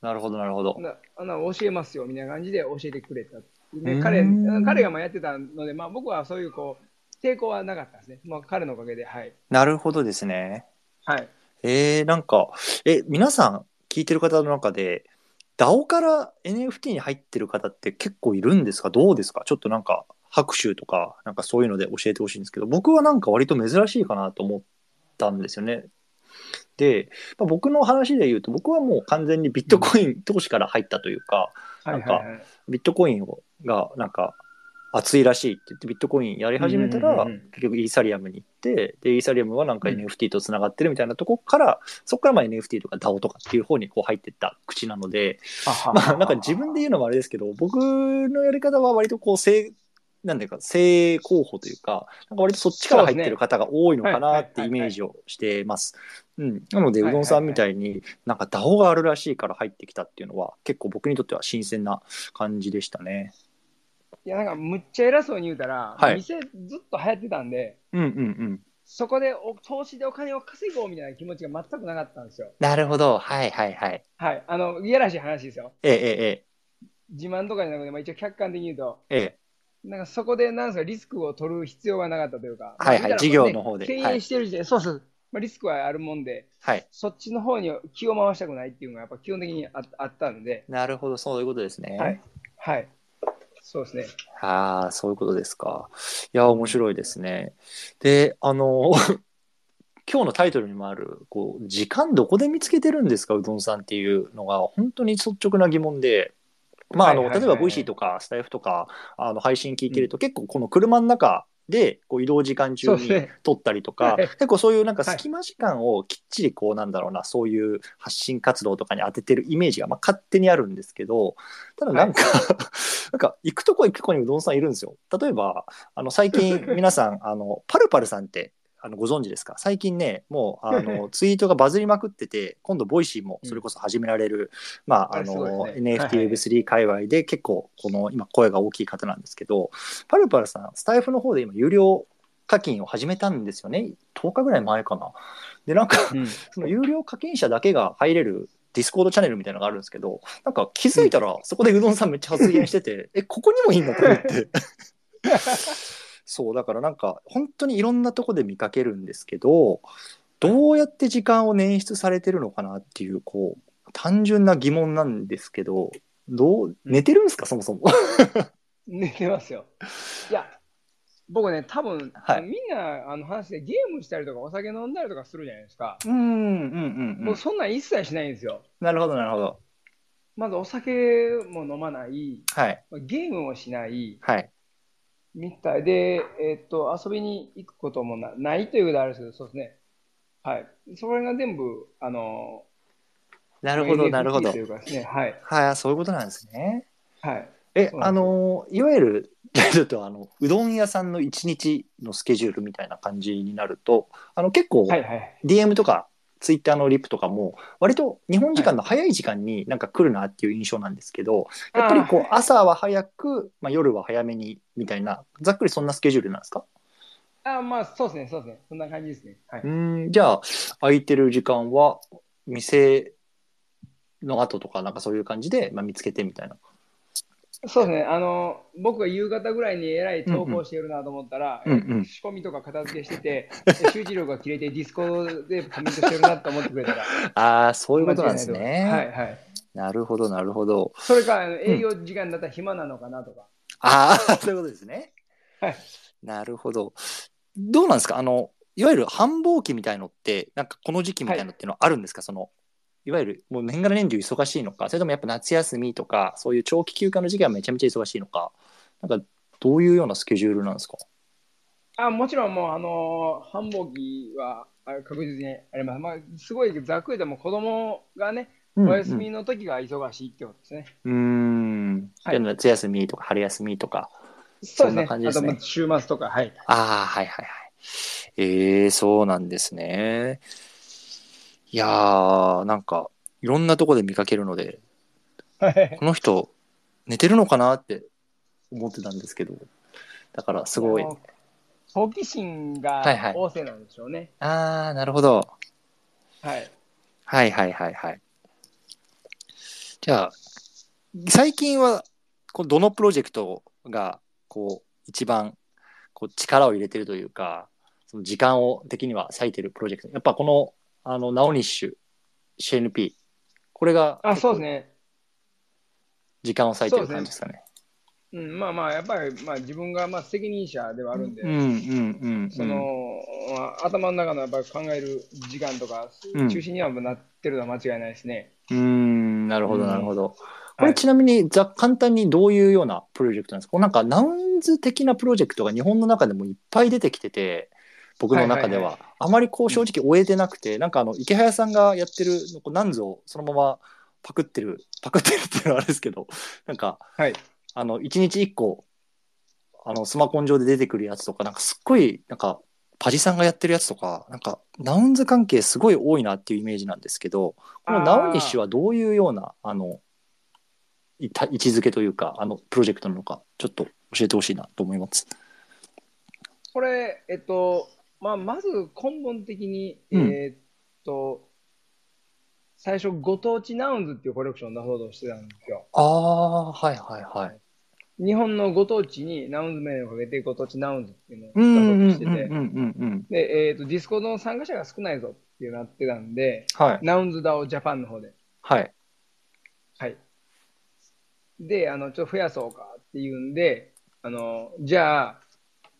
[SPEAKER 1] なるほどなるほど
[SPEAKER 2] なあの教えますよみたいな感じで教えてくれた。
[SPEAKER 1] う
[SPEAKER 2] で
[SPEAKER 1] ん
[SPEAKER 2] 彼彼がまあやってたので、まあ、僕はそういうこう抵抗はなかったですね。まあ、彼のおかげで、はい。
[SPEAKER 1] なるほどですね
[SPEAKER 2] はい、
[SPEAKER 1] えー、なんかえ皆さん聞いてる方の中で DAO から NFT に入ってる方って結構いるんですかどうですかちょっとなんか拍手とかなんかそういうので教えてほしいんですけど僕はなんか割と珍しいかなと思ったんですよね。で、まあ、僕の話で言うと僕はもう完全にビットコイン投資から入ったというか、
[SPEAKER 2] はい、
[SPEAKER 1] なんか
[SPEAKER 2] はいはい。
[SPEAKER 1] ビットコインをがなんか熱いらしいって言ってビットコインやり始めたら、
[SPEAKER 2] うんうんうんうん
[SPEAKER 1] 結局イーサリアムに行ってでイーサリアムはなんか
[SPEAKER 2] うん
[SPEAKER 1] NFT とつながってるみたいなとこから、そこからまあ NFT とか DAO とかっていう方にこう入ってった口なので、まあ、なんか自分で言うのもあれですけど僕のやり方は割とこう正なんていうか正候補というかなんか割とそっちから入ってる方が多いのかなってイメージをしてます。うん、なので
[SPEAKER 2] は
[SPEAKER 1] う
[SPEAKER 2] い
[SPEAKER 1] ど
[SPEAKER 2] はい
[SPEAKER 1] んさんみたいになんか DAO があるらしいから入ってきたっていうのは結構僕にとっては新鮮な感じでしたね。
[SPEAKER 2] いや、なんかむっちゃ偉そうに言うたら、
[SPEAKER 1] はい
[SPEAKER 2] 店ずっと流行ってたんで、
[SPEAKER 1] うんうんうん。
[SPEAKER 2] そこでお投資でお金を稼ごうみたいな気持ちが全くなかったんですよ。
[SPEAKER 1] なるほど。はいはいはい。
[SPEAKER 2] はい。あの、いやらしい話ですよ。
[SPEAKER 1] ええ
[SPEAKER 2] 自慢とかじゃなくて、まあ、一応客観的に言うと、
[SPEAKER 1] ええええ。
[SPEAKER 2] なんかそこでなんですかリスクを取る必要がなかったというか、
[SPEAKER 1] はいはい
[SPEAKER 2] まあ
[SPEAKER 1] 事業の方で
[SPEAKER 2] 経
[SPEAKER 1] は
[SPEAKER 2] 営
[SPEAKER 1] い
[SPEAKER 2] してる時点で、そうそう、まあ、リスクはあるもんで、
[SPEAKER 1] はい。
[SPEAKER 2] そっちの方に気を回したくないっていうのがやっぱ基本的にああったんで、
[SPEAKER 1] なるほど。そういうことですね。
[SPEAKER 2] はいはい、そうですね。
[SPEAKER 1] ああ、そういうことですか。いや、面白いですね。で、あの、 <laughs> 今日のタイトルにもある、こう、時間どこで見つけてるんですか、うどんさんっていうのが、本当に率直な疑問で、まあ、あの、
[SPEAKER 2] はいはいはい
[SPEAKER 1] 例えば VC とか、スタイフとか、あの、配信聞いてると、結構この車の中で、こう、移動時間中
[SPEAKER 2] そう
[SPEAKER 1] に
[SPEAKER 2] ですね。
[SPEAKER 1] 撮ったりとか、
[SPEAKER 2] はい
[SPEAKER 1] 結構そういうなんか
[SPEAKER 2] はい
[SPEAKER 1] 隙間時間をきっちりこうなんだろうな、そういう発信活動とかに当ててるイメージがまあ勝手にあるんですけど、ただなんか、 <laughs> なんか行くとこ行くとこにうどんさんいるんですよ。例えば、あの最近
[SPEAKER 2] <laughs>
[SPEAKER 1] 皆さん、あの、パルパルさんって、あのご存知ですか最近ね、もうあ
[SPEAKER 2] <laughs>
[SPEAKER 1] のツイートがバズりまくってて、今度、ボイシーもそれこそ始められる、まあ、あ
[SPEAKER 2] あすごい
[SPEAKER 1] の、
[SPEAKER 2] ですね
[SPEAKER 1] NFTWeb3 界隈で結構、この今、声が大きい方なんですけど、パルパルさん、スタイフの方で今、有料課金を始めたんですよね。10日ぐらい前かな。で、なんか、 <laughs>
[SPEAKER 2] うん
[SPEAKER 1] その有料課金者だけが入れるディスコードチャンネルみたいなのがあるんですけど、なんか気づいたら、そこでうどんさんめっちゃ発言して <laughs> て、え、ここにもいいんだと思って。 <laughs> そう、だからなんか、本当にいろんなとこで見かけるんですけど、どうやって時間を捻出されてるのかなっていう、こう、単純な疑問なんですけど、どう、寝てるんですか、そもそも。
[SPEAKER 2] 寝てますよ。いや、僕ね、多分、
[SPEAKER 1] はい
[SPEAKER 2] みんなあの話でゲームしたりとか、お酒飲んだりとかするじゃないですか。
[SPEAKER 1] うん、うん、
[SPEAKER 2] もうそんなん一切しないんですよ。
[SPEAKER 1] なるほど、なるほど。
[SPEAKER 2] まずお酒も飲まない、
[SPEAKER 1] はい、
[SPEAKER 2] ゲームもしない、
[SPEAKER 1] はい。
[SPEAKER 2] みたいで、えっと、遊びに行くこともなないということはあるんですけど、そうですね。はい。それが全部、あの、
[SPEAKER 1] なるほど、
[SPEAKER 2] NFT
[SPEAKER 1] なるほど
[SPEAKER 2] とい。うかですね、はい。
[SPEAKER 1] はい、そういうことなんですね。
[SPEAKER 2] はい。
[SPEAKER 1] え
[SPEAKER 2] そう、な
[SPEAKER 1] あ
[SPEAKER 2] んです
[SPEAKER 1] の、いわゆる、 <laughs> ちょっとあの、うどん屋さんの一日のスケジュールみたいな感じになると、あの、結構、
[SPEAKER 2] はいはい。
[SPEAKER 1] DM とか、ツイッターのリプとかも、割と日本時間の早い時間になんか来るなっていう印象なんですけど、やっぱりこう、朝は早く、まあ、夜は早めに、みたいな、ざっくりそんなスケジュールなんですか。
[SPEAKER 2] あーあー、まあ、そうですね、そうですね。そんな感じですね。はいう
[SPEAKER 1] ーん、じゃあ、空いてる時間は、店の後とか、なんかそういう感じで、まあ、見つけてみたいな。
[SPEAKER 2] そうですね。あの、僕が夕方ぐらいにえらい投稿してるなと思ったら、
[SPEAKER 1] うんうん
[SPEAKER 2] 仕込みとか片付けしてて、集中力が切れてディスコでコメントしてるなと思ってくれたら。
[SPEAKER 1] ああ、そういうことなんです
[SPEAKER 2] 間違いないと思い
[SPEAKER 1] ね。
[SPEAKER 2] ますはいはい。
[SPEAKER 1] なるほど、なるほど。
[SPEAKER 2] それからあの営業時間だったら暇なのかなとか。
[SPEAKER 1] ああ、 <laughs> そういうことですね。
[SPEAKER 2] はい
[SPEAKER 1] なるほど。どうなんですかあの、いわゆる繁忙期みたいのって、なんかこの時期みたいのっていうのはあるんですか、その、いわゆるもう年がら年中忙しいのか、それともやっぱ夏休みとか、そういう長期休暇の時期はめちゃめちゃ忙しいのか、なんかどういうようなスケジュールなんですか
[SPEAKER 2] あもちろんもう、あの繁忙期はあ確実にあります。まあ、すごいざっくりでも子供がね、
[SPEAKER 1] うん
[SPEAKER 2] お休みの時が忙しいってことですね。
[SPEAKER 1] うん。うん
[SPEAKER 2] はい
[SPEAKER 1] 夏休みとか春休みとか。
[SPEAKER 2] そ
[SPEAKER 1] そ
[SPEAKER 2] うですね。
[SPEAKER 1] んな感じですね
[SPEAKER 2] あとまあ週末とか、はい。
[SPEAKER 1] ああ、はいはいはい。ええそうなんですね。いやー、なんか、いろんなとこで見かけるので、
[SPEAKER 2] はい
[SPEAKER 1] この人、寝てるのかなって思ってたんですけど、だからすごい
[SPEAKER 2] あ。の好奇心が
[SPEAKER 1] はいはい
[SPEAKER 2] 旺盛なんでしょうね。
[SPEAKER 1] ああ、なるほど。
[SPEAKER 2] はい。
[SPEAKER 1] はいはいはいはい。じゃあ、最近は、こうどのプロジェクトが、こう、一番、こう、力を入れてるというか、その時間を的には割いてるプロジェクト。やっぱこの、あの、ナオニッシュ、CNP、これが、
[SPEAKER 2] あ、そうですね。
[SPEAKER 1] 時間を割いてる感じですかね。
[SPEAKER 2] うん、まあまあ、やっぱり、まあ、自分がまあ責任者ではあるんで、
[SPEAKER 1] うんうんうんうん。
[SPEAKER 2] その、まあ頭の中のやっぱり考える時間とか
[SPEAKER 1] うん、
[SPEAKER 2] 中心にはなってるのは間違いないですね。
[SPEAKER 1] うーんなるほど、
[SPEAKER 2] うん
[SPEAKER 1] なるほど。こ
[SPEAKER 2] は
[SPEAKER 1] れ
[SPEAKER 2] い
[SPEAKER 1] ちなみに、ざ簡単にどういうようなプロジェクトなんですかこうなんか、ナウンズ的なプロジェクトが日本の中でもいっぱい出てきてて、僕の中では。
[SPEAKER 2] はいはい
[SPEAKER 1] あまりこう正直終えてなくて、なんかあの、池早さんがやってる、こうナンズをそのままパクってる、パクってるっていうのはあれですけど、なんか、
[SPEAKER 2] はい。
[SPEAKER 1] あの、1日1個、あの、スマコン上で出てくるやつとか、なんかすっごい、なんか、パジさんがやってるやつとか、なんか、ナウンズ関係すごい多いなっていうイメージなんですけど、この
[SPEAKER 2] あー
[SPEAKER 1] ナウニッシュはどういうような、あの、いた位置づけというか、あの、プロジェクトなのか、ちょっと教えてほしいなと思います。
[SPEAKER 2] これ、えっと、まあ、まず根本的に、
[SPEAKER 1] うん
[SPEAKER 2] えーっと、最初、ご当地ナウンズっていうコレクションを出そうとしてたんですよ。
[SPEAKER 1] ああ、はいはいはい。
[SPEAKER 2] 日本のご当地にナウンズ名をかけて、ご当地ナウンズっていう
[SPEAKER 1] うんうん
[SPEAKER 2] のを出そうとし
[SPEAKER 1] うん
[SPEAKER 2] て
[SPEAKER 1] うん
[SPEAKER 2] て、
[SPEAKER 1] うんうん。
[SPEAKER 2] で、えーっと、ディスコードの参加者が少ないぞっていうなってたんで、
[SPEAKER 1] はい。
[SPEAKER 2] ナウンズダオジャパンの方で、
[SPEAKER 1] はい。 <laughs>
[SPEAKER 2] はい。で、あの、ちょっと増やそうかっていうんで、あの、じゃあ、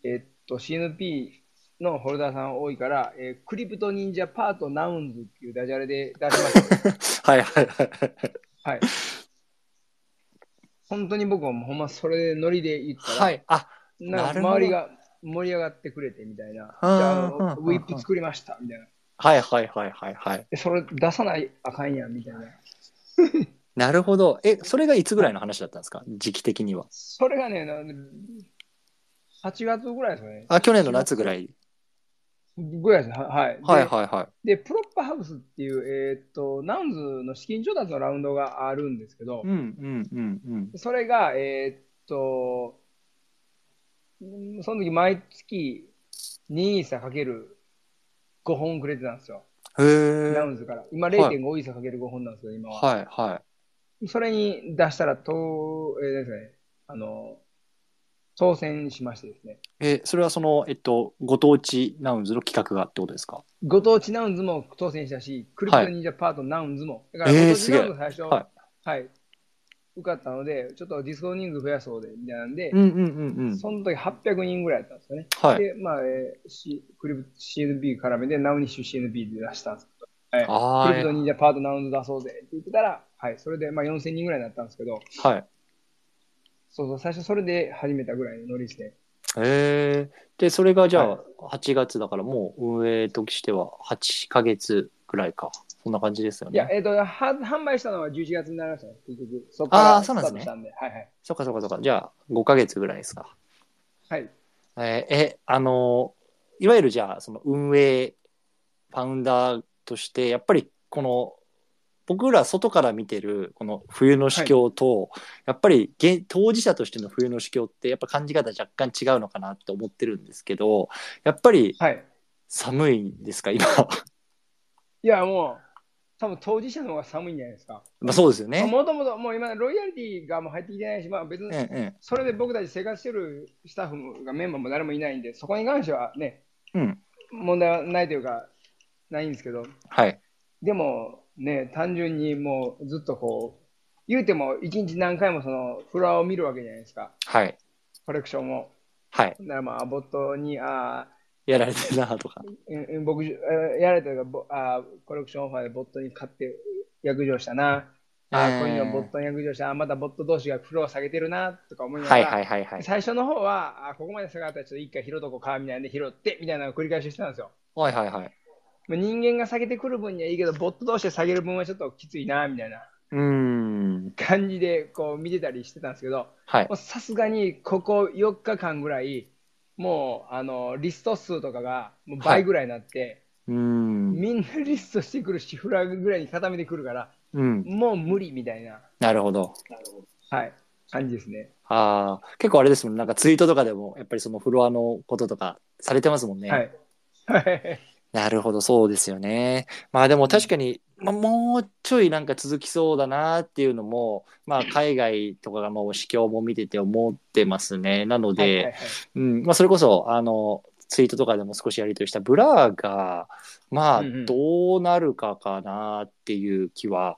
[SPEAKER 2] えっと、CNP のホルダーさん多いから、えークリプト忍者パートナウンズっていうダジャレで出しま <laughs> した。
[SPEAKER 1] はいはいはい。
[SPEAKER 2] はい。本当に僕はもうほんまそれでノリで言ったら、
[SPEAKER 1] はい。あ、
[SPEAKER 2] なん
[SPEAKER 1] な
[SPEAKER 2] か周
[SPEAKER 1] るほど
[SPEAKER 2] りが盛り上がってくれてみたいな、じ
[SPEAKER 1] あー
[SPEAKER 2] ゃああ
[SPEAKER 1] はあはあ
[SPEAKER 2] の、ウィップ作りましたみたいな。
[SPEAKER 1] はいはいはいはいはい。
[SPEAKER 2] でそれ出さないあかんやんみたいな。
[SPEAKER 1] なるほど。え、それがいつぐらいの話だったんですか時期的には。
[SPEAKER 2] それがね、なんで8月ぐらいですかね。
[SPEAKER 1] あ、去年の夏ぐらい。
[SPEAKER 2] ぐらいですね。ははい。で
[SPEAKER 1] はいはいはい。
[SPEAKER 2] で、プロップハウスっていう、えーっと、ナウンズの資金調達のラウンドがあるんですけど
[SPEAKER 1] う、んうんうんうん。
[SPEAKER 2] それが、えーっと、んその時毎月2イーサかける5本くれてたんですよ。
[SPEAKER 1] へえ。
[SPEAKER 2] ナ
[SPEAKER 1] は
[SPEAKER 2] ウ
[SPEAKER 1] い
[SPEAKER 2] ンズから。今
[SPEAKER 1] い
[SPEAKER 2] 0.5イーサかける5本なんですけど、今は。
[SPEAKER 1] は
[SPEAKER 2] それに出したら、と、えーですね、あの、当選しましてですね。
[SPEAKER 1] い。え、それはその、えっと、ご当地ナウンズの企画がってことですか
[SPEAKER 2] ご当地ナウンズも当選したし、クリプト忍者パートナウンズも。だから、
[SPEAKER 1] えー
[SPEAKER 2] ご当地ナウンズ最初、
[SPEAKER 1] は
[SPEAKER 2] はい。受かったので、ちょっとディスコ人数増やそうで、みたいなんで
[SPEAKER 1] う、んうんうんうん。
[SPEAKER 2] その時800人ぐらいだったんですよね。
[SPEAKER 1] はい。
[SPEAKER 2] で、まあ、えー、C- クリプ CNB 絡めて、ナウニッシュ CNB で出したんですけど、
[SPEAKER 1] あ
[SPEAKER 2] はい、ク
[SPEAKER 1] ー
[SPEAKER 2] リプト忍者パートナウンズ出そうぜって言ってたら、はい、それで、まあ、4000人ぐらいになったんですけど、
[SPEAKER 1] はい。
[SPEAKER 2] そうそう、最初それで始めたぐらいのノリして、
[SPEAKER 1] へえ。で、それがじゃ
[SPEAKER 2] は
[SPEAKER 1] あ、8月だからもう運営としては8ヶ月ぐらいか。そんな感じですよ
[SPEAKER 2] いや、
[SPEAKER 1] ね。
[SPEAKER 2] えっ、とは、販売したのは11月になりましたね、結局。そこ
[SPEAKER 1] あ
[SPEAKER 2] か
[SPEAKER 1] ー
[SPEAKER 2] ら
[SPEAKER 1] そ
[SPEAKER 2] ス
[SPEAKER 1] うなん
[SPEAKER 2] タ
[SPEAKER 1] です
[SPEAKER 2] ート
[SPEAKER 1] ね
[SPEAKER 2] したんで、はいはい。
[SPEAKER 1] そっかそっかそっか。じゃあ、5ヶ月ぐらいですか。
[SPEAKER 2] はい
[SPEAKER 1] えーえ、あの、いわゆるじゃあ、その運営、ファウンダーとして、やっぱりこの、僕ら外から見てるこの冬の市況と、やっぱり現当事者としての冬の市況ってやっぱ感じ方若干違うのかなって思ってるんですけどやっぱり
[SPEAKER 2] はい。 <laughs>
[SPEAKER 1] 寒いですか今
[SPEAKER 2] いや、もう、多分当事者の方が寒いんじゃないですか。
[SPEAKER 1] まあ、そうですよね。
[SPEAKER 2] もともと、もう今、ロイヤリティがもう入ってきてないし、まあ、別
[SPEAKER 1] え
[SPEAKER 2] に
[SPEAKER 1] ええ
[SPEAKER 2] それで僕たち生活してるスタッフがメンバーも誰もいないんで、そこに関してはね、
[SPEAKER 1] えうん。
[SPEAKER 2] 問題はないというか、ないんですけど、
[SPEAKER 1] はい。
[SPEAKER 2] でもね、単純にもうずっとこう、言うても一日何回もそのフロアを見るわけじゃないですか、
[SPEAKER 1] はい。
[SPEAKER 2] コレクションを。
[SPEAKER 1] はい。
[SPEAKER 2] だからまあ、ボットに、ああ、
[SPEAKER 1] やられてるなとか。
[SPEAKER 2] うんうん僕、えーやられたらぼあーコレクションオファーでボットに買って約定したな、あ
[SPEAKER 1] え
[SPEAKER 2] ー
[SPEAKER 1] ー
[SPEAKER 2] こういうのボットに約定した、あーまたボット同士がフロー下げてるなとか思いなが
[SPEAKER 1] は
[SPEAKER 2] ら、
[SPEAKER 1] いはいはいはい。
[SPEAKER 2] 最初の方はあーここまで下がったらちょっと一回拾うとこかみたいなんで拾ってみたいなのを繰り返ししてたんですよ。
[SPEAKER 1] はいはいはい。
[SPEAKER 2] まあ人間が下げてくる分にはいいけど、ボット同士で下げる分はちょっときついなみたいな
[SPEAKER 1] うーん。
[SPEAKER 2] 感じでこう見てたりしてたんですけど、
[SPEAKER 1] はい
[SPEAKER 2] も。うさすがにここ4日間ぐらい、もうあのリスト数とかがもう倍ぐらいになって。
[SPEAKER 1] うーん。
[SPEAKER 2] みんなリストしてくるし、フラグぐらいに固めてくるから、
[SPEAKER 1] うん。
[SPEAKER 2] もう無理みたいな、
[SPEAKER 1] なるほど。
[SPEAKER 2] はい、感じですね。
[SPEAKER 1] ああ、結構あれですもんね。なんかツイートとかでも、やっぱりそのフロアのこととかされてますもんね。
[SPEAKER 2] はい。はい。
[SPEAKER 1] なるほど、そうですよね。まあでも確かに、まあ、もうちょいなんか続きそうだなっていうのも、まあ海外とかがもう市況も見てて思ってますね。なので、
[SPEAKER 2] はいはい
[SPEAKER 1] うん、まあそれこそ、あの、ツイートとかでも少しやりとりしたブラーが、まあ
[SPEAKER 2] うんうん
[SPEAKER 1] どうなるかかなっていう気は、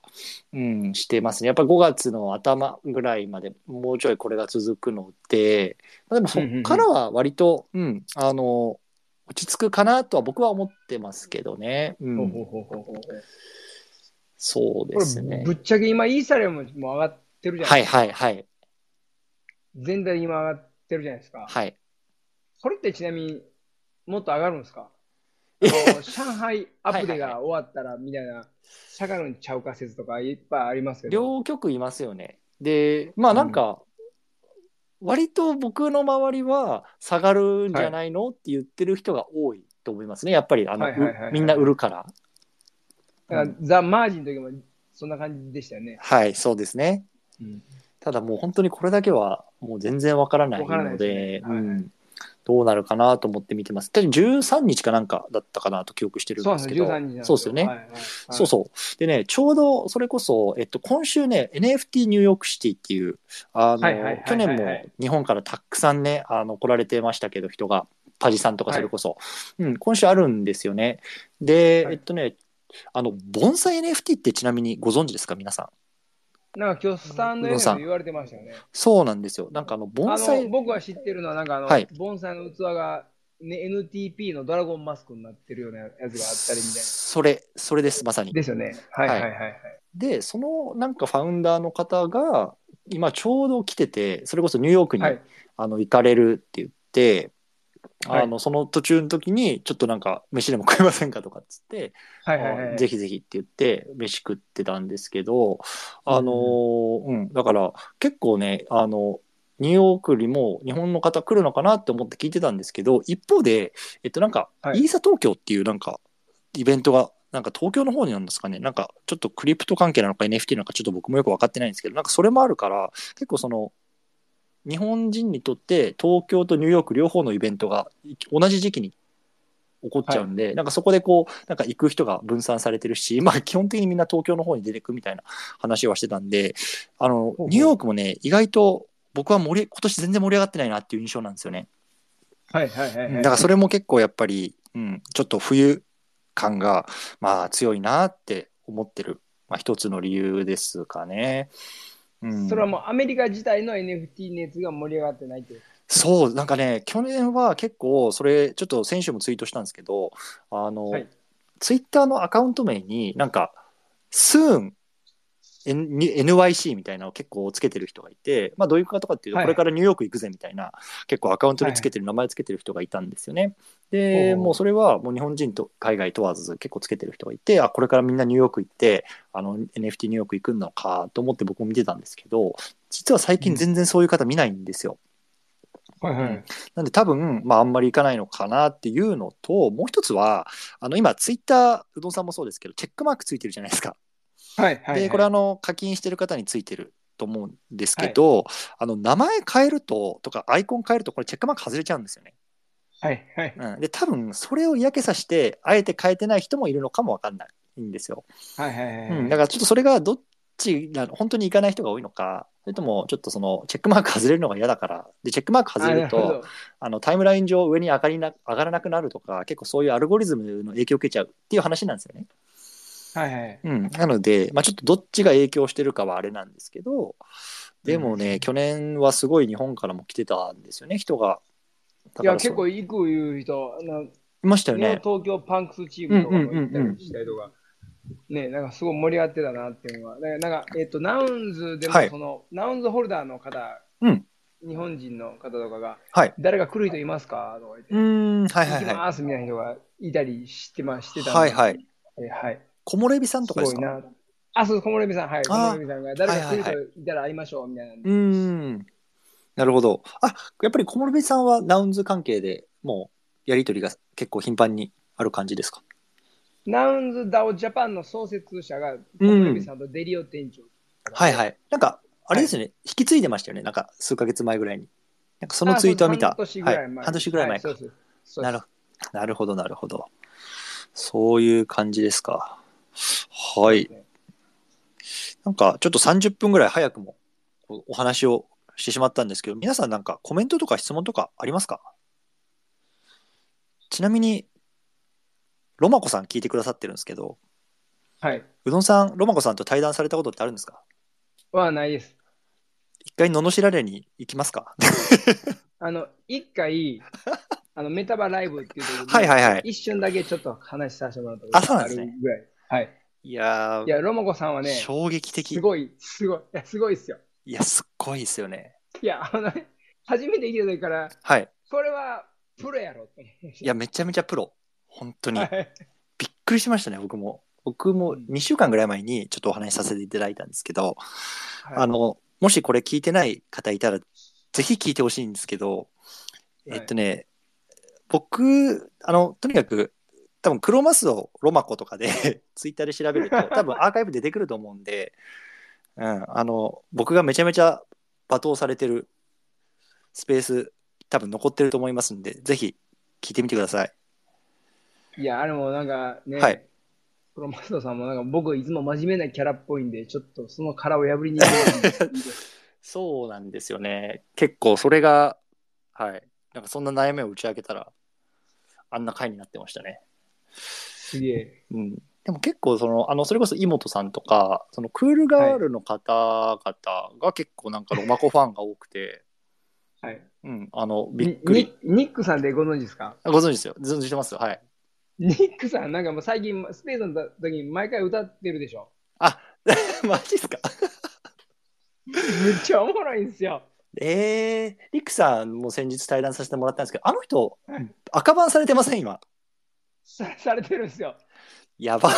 [SPEAKER 1] うん、してますね。やっぱ5月の頭ぐらいまでもうちょいこれが続くので、まあ、でもそっからは割と、うん、あの、落ち着くかなとは僕は思ってますけどね。う
[SPEAKER 2] ほうほ
[SPEAKER 1] ん、
[SPEAKER 2] うほうほうほう
[SPEAKER 1] そうです
[SPEAKER 2] これ、
[SPEAKER 1] ね
[SPEAKER 2] ぶ。っちゃけ今、イーサリアムも上がってるじゃな
[SPEAKER 1] はいいはいはい
[SPEAKER 2] 全体今上がってるじゃないですか。
[SPEAKER 1] はい。
[SPEAKER 2] これってちなみにもっと上がるんですかあの上海アップデーが終わったらみたいな、下がるんちゃうか説とかいっぱいありますけど、
[SPEAKER 1] 両極いますよね。でまあなんか、割と僕の周りは下がるんじゃないの、って言ってる人が多いと思いますねやっぱりあの、
[SPEAKER 2] はいはいはいはいう
[SPEAKER 1] みんな売るから。
[SPEAKER 2] だからザ・マージンの時もそんな感じでしたよね。
[SPEAKER 1] はいそうですね。
[SPEAKER 2] うん
[SPEAKER 1] ただもう本当にこれだけはもう全然わからない
[SPEAKER 2] わからない
[SPEAKER 1] の
[SPEAKER 2] で
[SPEAKER 1] です
[SPEAKER 2] ねはい
[SPEAKER 1] うんどうなるかなと思って見てます。確か13日かなんかだったかなと記憶してるん
[SPEAKER 2] そう
[SPEAKER 1] で
[SPEAKER 2] なん
[SPEAKER 1] す
[SPEAKER 2] で
[SPEAKER 1] け
[SPEAKER 2] すよ、
[SPEAKER 1] ど
[SPEAKER 2] 13日なん
[SPEAKER 1] そうですよね。
[SPEAKER 2] はいはいはい
[SPEAKER 1] そうそう。でね、ちょうどそれこそ、えっと、今週ね、NFT ニューヨークシティっていう、あ
[SPEAKER 2] はいはいはいはいは
[SPEAKER 1] の、
[SPEAKER 2] い
[SPEAKER 1] 去年も日本からたくさんね、あの、来られてましたけど、人が、パジさんとかそれこそ、うん、今週あるんですよね。で、
[SPEAKER 2] はい
[SPEAKER 1] えっとね、あの、盆栽 NFT ってちなみにご存知ですか、皆さん。
[SPEAKER 2] なんか今日スタンド F で言われてましたよね。
[SPEAKER 1] そうなんですよ。なんかあの、盆
[SPEAKER 2] あの
[SPEAKER 1] 栽、
[SPEAKER 2] 僕が知ってるのは、なんかあの、
[SPEAKER 1] はい
[SPEAKER 2] 盆栽の器が、ね、NTP のドラゴンマスクになってるようなやつがあったりみたいな。
[SPEAKER 1] それ、それです、まさに。
[SPEAKER 2] ですよね。はいはいはいはい。
[SPEAKER 1] でそのなんかファウンダーの方が今ちょうど来ててそれこそニューヨークに、
[SPEAKER 2] はい
[SPEAKER 1] あの行かれるって言って、
[SPEAKER 2] はい
[SPEAKER 1] あのその途中の時にちょっとなんか飯でも食いませんかとかっつって、
[SPEAKER 2] はいはいはい。
[SPEAKER 1] ぜひぜひって言って飯食ってたんですけどあのーうん、だから結構ねあのニューヨークよりも日本の方来るのかなって思って聞いてたんですけど一方でえっとなんか、
[SPEAKER 2] はい
[SPEAKER 1] イーサ東京っていうなんかイベントがなんか東京の方になんですかねなんかちょっとクリプト関係なのか NFT なのかちょっと僕もよく分かってないんですけどなんかそれもあるから結構その日本人にとって東京とニューヨーク両方のイベントが同じ時期に起こっちゃうんで、なんかそこでこうなんか行く人が分散されてるし、まあ、基本的にみんな東京の方に出てくみたいな話はしてたんであの
[SPEAKER 2] うほう
[SPEAKER 1] ニューヨークもね意外と僕は盛り今年全然盛り上がってないなっていう印象なんですよね。
[SPEAKER 2] はいはいはい、
[SPEAKER 1] う
[SPEAKER 2] は
[SPEAKER 1] ん
[SPEAKER 2] い。
[SPEAKER 1] だからそれも結構やっぱり、うん、ちょっと冬感が、まあ、強いなって思ってる、まあ、一つの理由ですかね。うん、
[SPEAKER 2] それはもうアメリカ自体の NFT 熱が盛り上がってないっていう。
[SPEAKER 1] そうなんかね去年は結構それちょっと先週もツイートしたんですけどあの、
[SPEAKER 2] はい
[SPEAKER 1] ツイッターのアカウント名になんか「Soon N- NYC」みたいなのを結構つけてる人がいて、まあ、どういう方かっていうと、
[SPEAKER 2] はい
[SPEAKER 1] これからニューヨーク行くぜみたいな結構アカウントにつけてる、名前つけてる人がいたんですよね。
[SPEAKER 2] ほうほ
[SPEAKER 1] で
[SPEAKER 2] う
[SPEAKER 1] もうそれはもう日本人と海外問わず結構つけてる人がいてあこれからみんなニューヨーク行ってあの NFT ニューヨーク行くのかと思って僕も見てたんですけど実は最近全然そういう方見ないんですよ。
[SPEAKER 2] はい
[SPEAKER 1] はいなんで多分、まあ、あんまりいかないのかなっていうのと、もう一つは、あの今、ツイッター、うどんさんもそうですけど、チェックマークついてるじゃないですか。
[SPEAKER 2] はいはい。
[SPEAKER 1] で、これ、あの、課金してる方についてると思うんですけど、あの、名前変えると、とか、アイコン変えると、これ、チェックマーク外れちゃうんですよね。
[SPEAKER 2] はいはい。
[SPEAKER 1] うん、で、多分、それを嫌気さして、あえて変えてない人もいるのかもわかんない。いんですよ。
[SPEAKER 2] はいはいはい。
[SPEAKER 1] うん、だからちょっとそれがどっちなの本当に行かない人が多いのか、それともちょっとそのチェックマーク外れるのが嫌だから、でチェックマーク外れる
[SPEAKER 2] あな
[SPEAKER 1] と
[SPEAKER 2] ほど
[SPEAKER 1] あのタイムライン上上に上がりな上がらなくなるとか、結構そういうアルゴリズムの影響を受けちゃうっていう話なんですよね。
[SPEAKER 2] はいはい。
[SPEAKER 1] うん、なので、まあ、ちょっとどっちが影響してるかはあれなんですけど、でもね、
[SPEAKER 2] うん
[SPEAKER 1] 去年はすごい日本からも来てたんですよね、人が。だ
[SPEAKER 2] い
[SPEAKER 1] から
[SPEAKER 2] や、結
[SPEAKER 1] そう
[SPEAKER 2] 構行くいう人、あの
[SPEAKER 1] いましたよ
[SPEAKER 2] ね
[SPEAKER 1] ね。
[SPEAKER 2] 東京パンクスチームとかも行った
[SPEAKER 1] うんうんうんうん
[SPEAKER 2] りしたりとか、ね、なんかすごい盛り上がってたなっていうのは、だからなんか、えっと、ナウンズでも
[SPEAKER 1] はい
[SPEAKER 2] その、ナウンズホルダーの方、
[SPEAKER 1] うん
[SPEAKER 2] 日本人の方とかが、
[SPEAKER 1] はい
[SPEAKER 2] 誰が来る人いますかとか言って、
[SPEAKER 1] うーん、はいは
[SPEAKER 2] 行
[SPEAKER 1] い
[SPEAKER 2] き
[SPEAKER 1] は
[SPEAKER 2] ますみたいな人がいたりしてまして
[SPEAKER 1] い。
[SPEAKER 2] た
[SPEAKER 1] はい
[SPEAKER 2] い。
[SPEAKER 1] はい。
[SPEAKER 2] えはい。
[SPEAKER 1] 木漏れ日さんとかです
[SPEAKER 2] す
[SPEAKER 1] か
[SPEAKER 2] ごいな。あ、そう、小森美さん、はい。小
[SPEAKER 1] あー
[SPEAKER 2] 森美さんが、誰が来る
[SPEAKER 1] はいはい
[SPEAKER 2] 人いたら会いましょうみたいなんで
[SPEAKER 1] うーん。なるほど。あ、やっぱり小森さんはナウンズ関係でもうやりとりが結構頻繁にある感じですか。
[SPEAKER 2] ナウンズダオジャパンの創設者が、小森美さんとデリオ店長。
[SPEAKER 1] はいはい。なんか、あれですよね、引き継いでましたよね、なんか数ヶ月前ぐらいに。なんかそのツイートは見た。
[SPEAKER 2] あそう半年ぐらい前。
[SPEAKER 1] は半年ぐらい前か。
[SPEAKER 2] はいそうですそう
[SPEAKER 1] な
[SPEAKER 2] です
[SPEAKER 1] るなるほど、なるほど。そういう感じですか。はい。なんか、ちょっと30分ぐらい早くもこうお話をしてしまったんですけど、皆さんなんかコメントとか質問とかありますかちなみに、ロマコさん聞いてくださってるんですけど、
[SPEAKER 2] はい。
[SPEAKER 1] うどんさん、ロマコさんと対談されたことってあるんですか
[SPEAKER 2] はないです。
[SPEAKER 1] 一回罵られに行きますか
[SPEAKER 2] あの、一
[SPEAKER 1] <laughs>
[SPEAKER 2] 回、あの、メタバライブっていうとこ
[SPEAKER 1] はい
[SPEAKER 2] ろ
[SPEAKER 1] はいはい。
[SPEAKER 2] で、一瞬だけちょっと話させてもらった
[SPEAKER 1] あそうなんですね
[SPEAKER 2] あるぐらい。はい。
[SPEAKER 1] いやー
[SPEAKER 2] いや、ロモコさんはね、す
[SPEAKER 1] 衝撃的。
[SPEAKER 2] ごい、すごい、いや、すごいっすよ。
[SPEAKER 1] いや、すっごいですよね。
[SPEAKER 2] いや、あのね、初めて聞いた時から、
[SPEAKER 1] はい。
[SPEAKER 2] これはプロやろって思いました。
[SPEAKER 1] いや、めちゃめちゃプロ。本当に。
[SPEAKER 2] はい
[SPEAKER 1] びっくりしましたね、僕も。僕も
[SPEAKER 2] うん
[SPEAKER 1] 2週間ぐらい前にちょっとお話しさせていただいたんですけど、
[SPEAKER 2] はい
[SPEAKER 1] あの、もしこれ聞いてない方いたら、ぜひ聞いてほしいんですけど、えっとね、僕、あの、とにかく、多分クロマスをロマコとかで <laughs> ツイッターで調べると、多分アーカイブ出てくると思うんで、うん、あの、僕がめちゃめちゃ罵倒されてるスペース、多分残ってると思いますんで、ぜひ聞いてみてください。
[SPEAKER 2] いや、あれもなんかね、
[SPEAKER 1] はい
[SPEAKER 2] プロマストさんもなんか僕いつも真面目なキャラっぽいんで、ちょっとその殻を破りに行く
[SPEAKER 1] そうなんですよね。結構それが、はい。なんかそんな悩みを打ち明けたら、あんな回になってましたね。
[SPEAKER 2] すげえ。
[SPEAKER 1] うん。でも結構その、あの、それこそ井本さんとか、そのクールガールの方々が結構なんかロマコファンが多くて、
[SPEAKER 2] はい。
[SPEAKER 1] うん、あの、びっくり。
[SPEAKER 2] にニックさんってご存知ですか
[SPEAKER 1] あご存知ですよ。存知してますはい。
[SPEAKER 2] ニックさんなんかもう最近スペースの時に毎回歌ってるでしょ。
[SPEAKER 1] あ、マジですか
[SPEAKER 2] めっちゃおもろいんですよ。
[SPEAKER 1] えー、リクさんも先日対談させてもらったんですけど、あの人
[SPEAKER 2] はい、
[SPEAKER 1] 赤番されてません、今。
[SPEAKER 2] さされてるんですよ。
[SPEAKER 1] やば。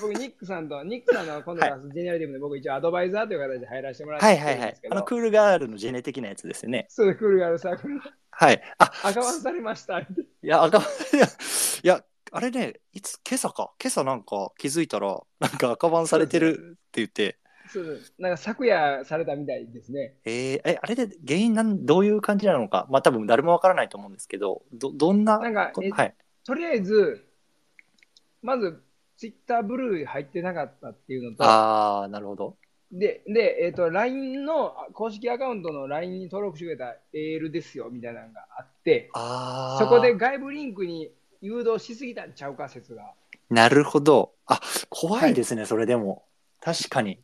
[SPEAKER 2] 僕、ニックさんと、ニックさんの今度はジェネラティブで僕一応アドバイザーという形で入らせてもらって
[SPEAKER 1] はいは
[SPEAKER 2] る
[SPEAKER 1] い
[SPEAKER 2] ん
[SPEAKER 1] は
[SPEAKER 2] で
[SPEAKER 1] い
[SPEAKER 2] すけ。ど、
[SPEAKER 1] あの、クールガールのジェネ的なやつですよね。
[SPEAKER 2] そうクールガールサークルの
[SPEAKER 1] はい。あ、
[SPEAKER 2] 赤ワンされました。
[SPEAKER 1] いや、赤、いや、いや、あれね、いつ、今朝か、今朝なんか気づいたら、なんか赤番されてるって言って、
[SPEAKER 2] そうです。なんか昨夜されたみたいですね。
[SPEAKER 1] えーえ、あれで原因なん、どういう感じなのか、まあ多分誰もわからないと思うんですけど、ど、どんな、
[SPEAKER 2] なんか、
[SPEAKER 1] こ
[SPEAKER 2] え
[SPEAKER 1] はい。
[SPEAKER 2] とりあえず、まず、ツイッターブルー入ってなかったっていうのと、
[SPEAKER 1] ああ、なるほど。
[SPEAKER 2] で、で、えっ、と、LINE の公式アカウントの LINE に登録してくれた AL ですよ、みたいなのがあって、
[SPEAKER 1] ああ。
[SPEAKER 2] そこで、外部リンクに誘導しすぎたんちゃうか説が。
[SPEAKER 1] なるほど。あ、怖いですね、それでも。確かに。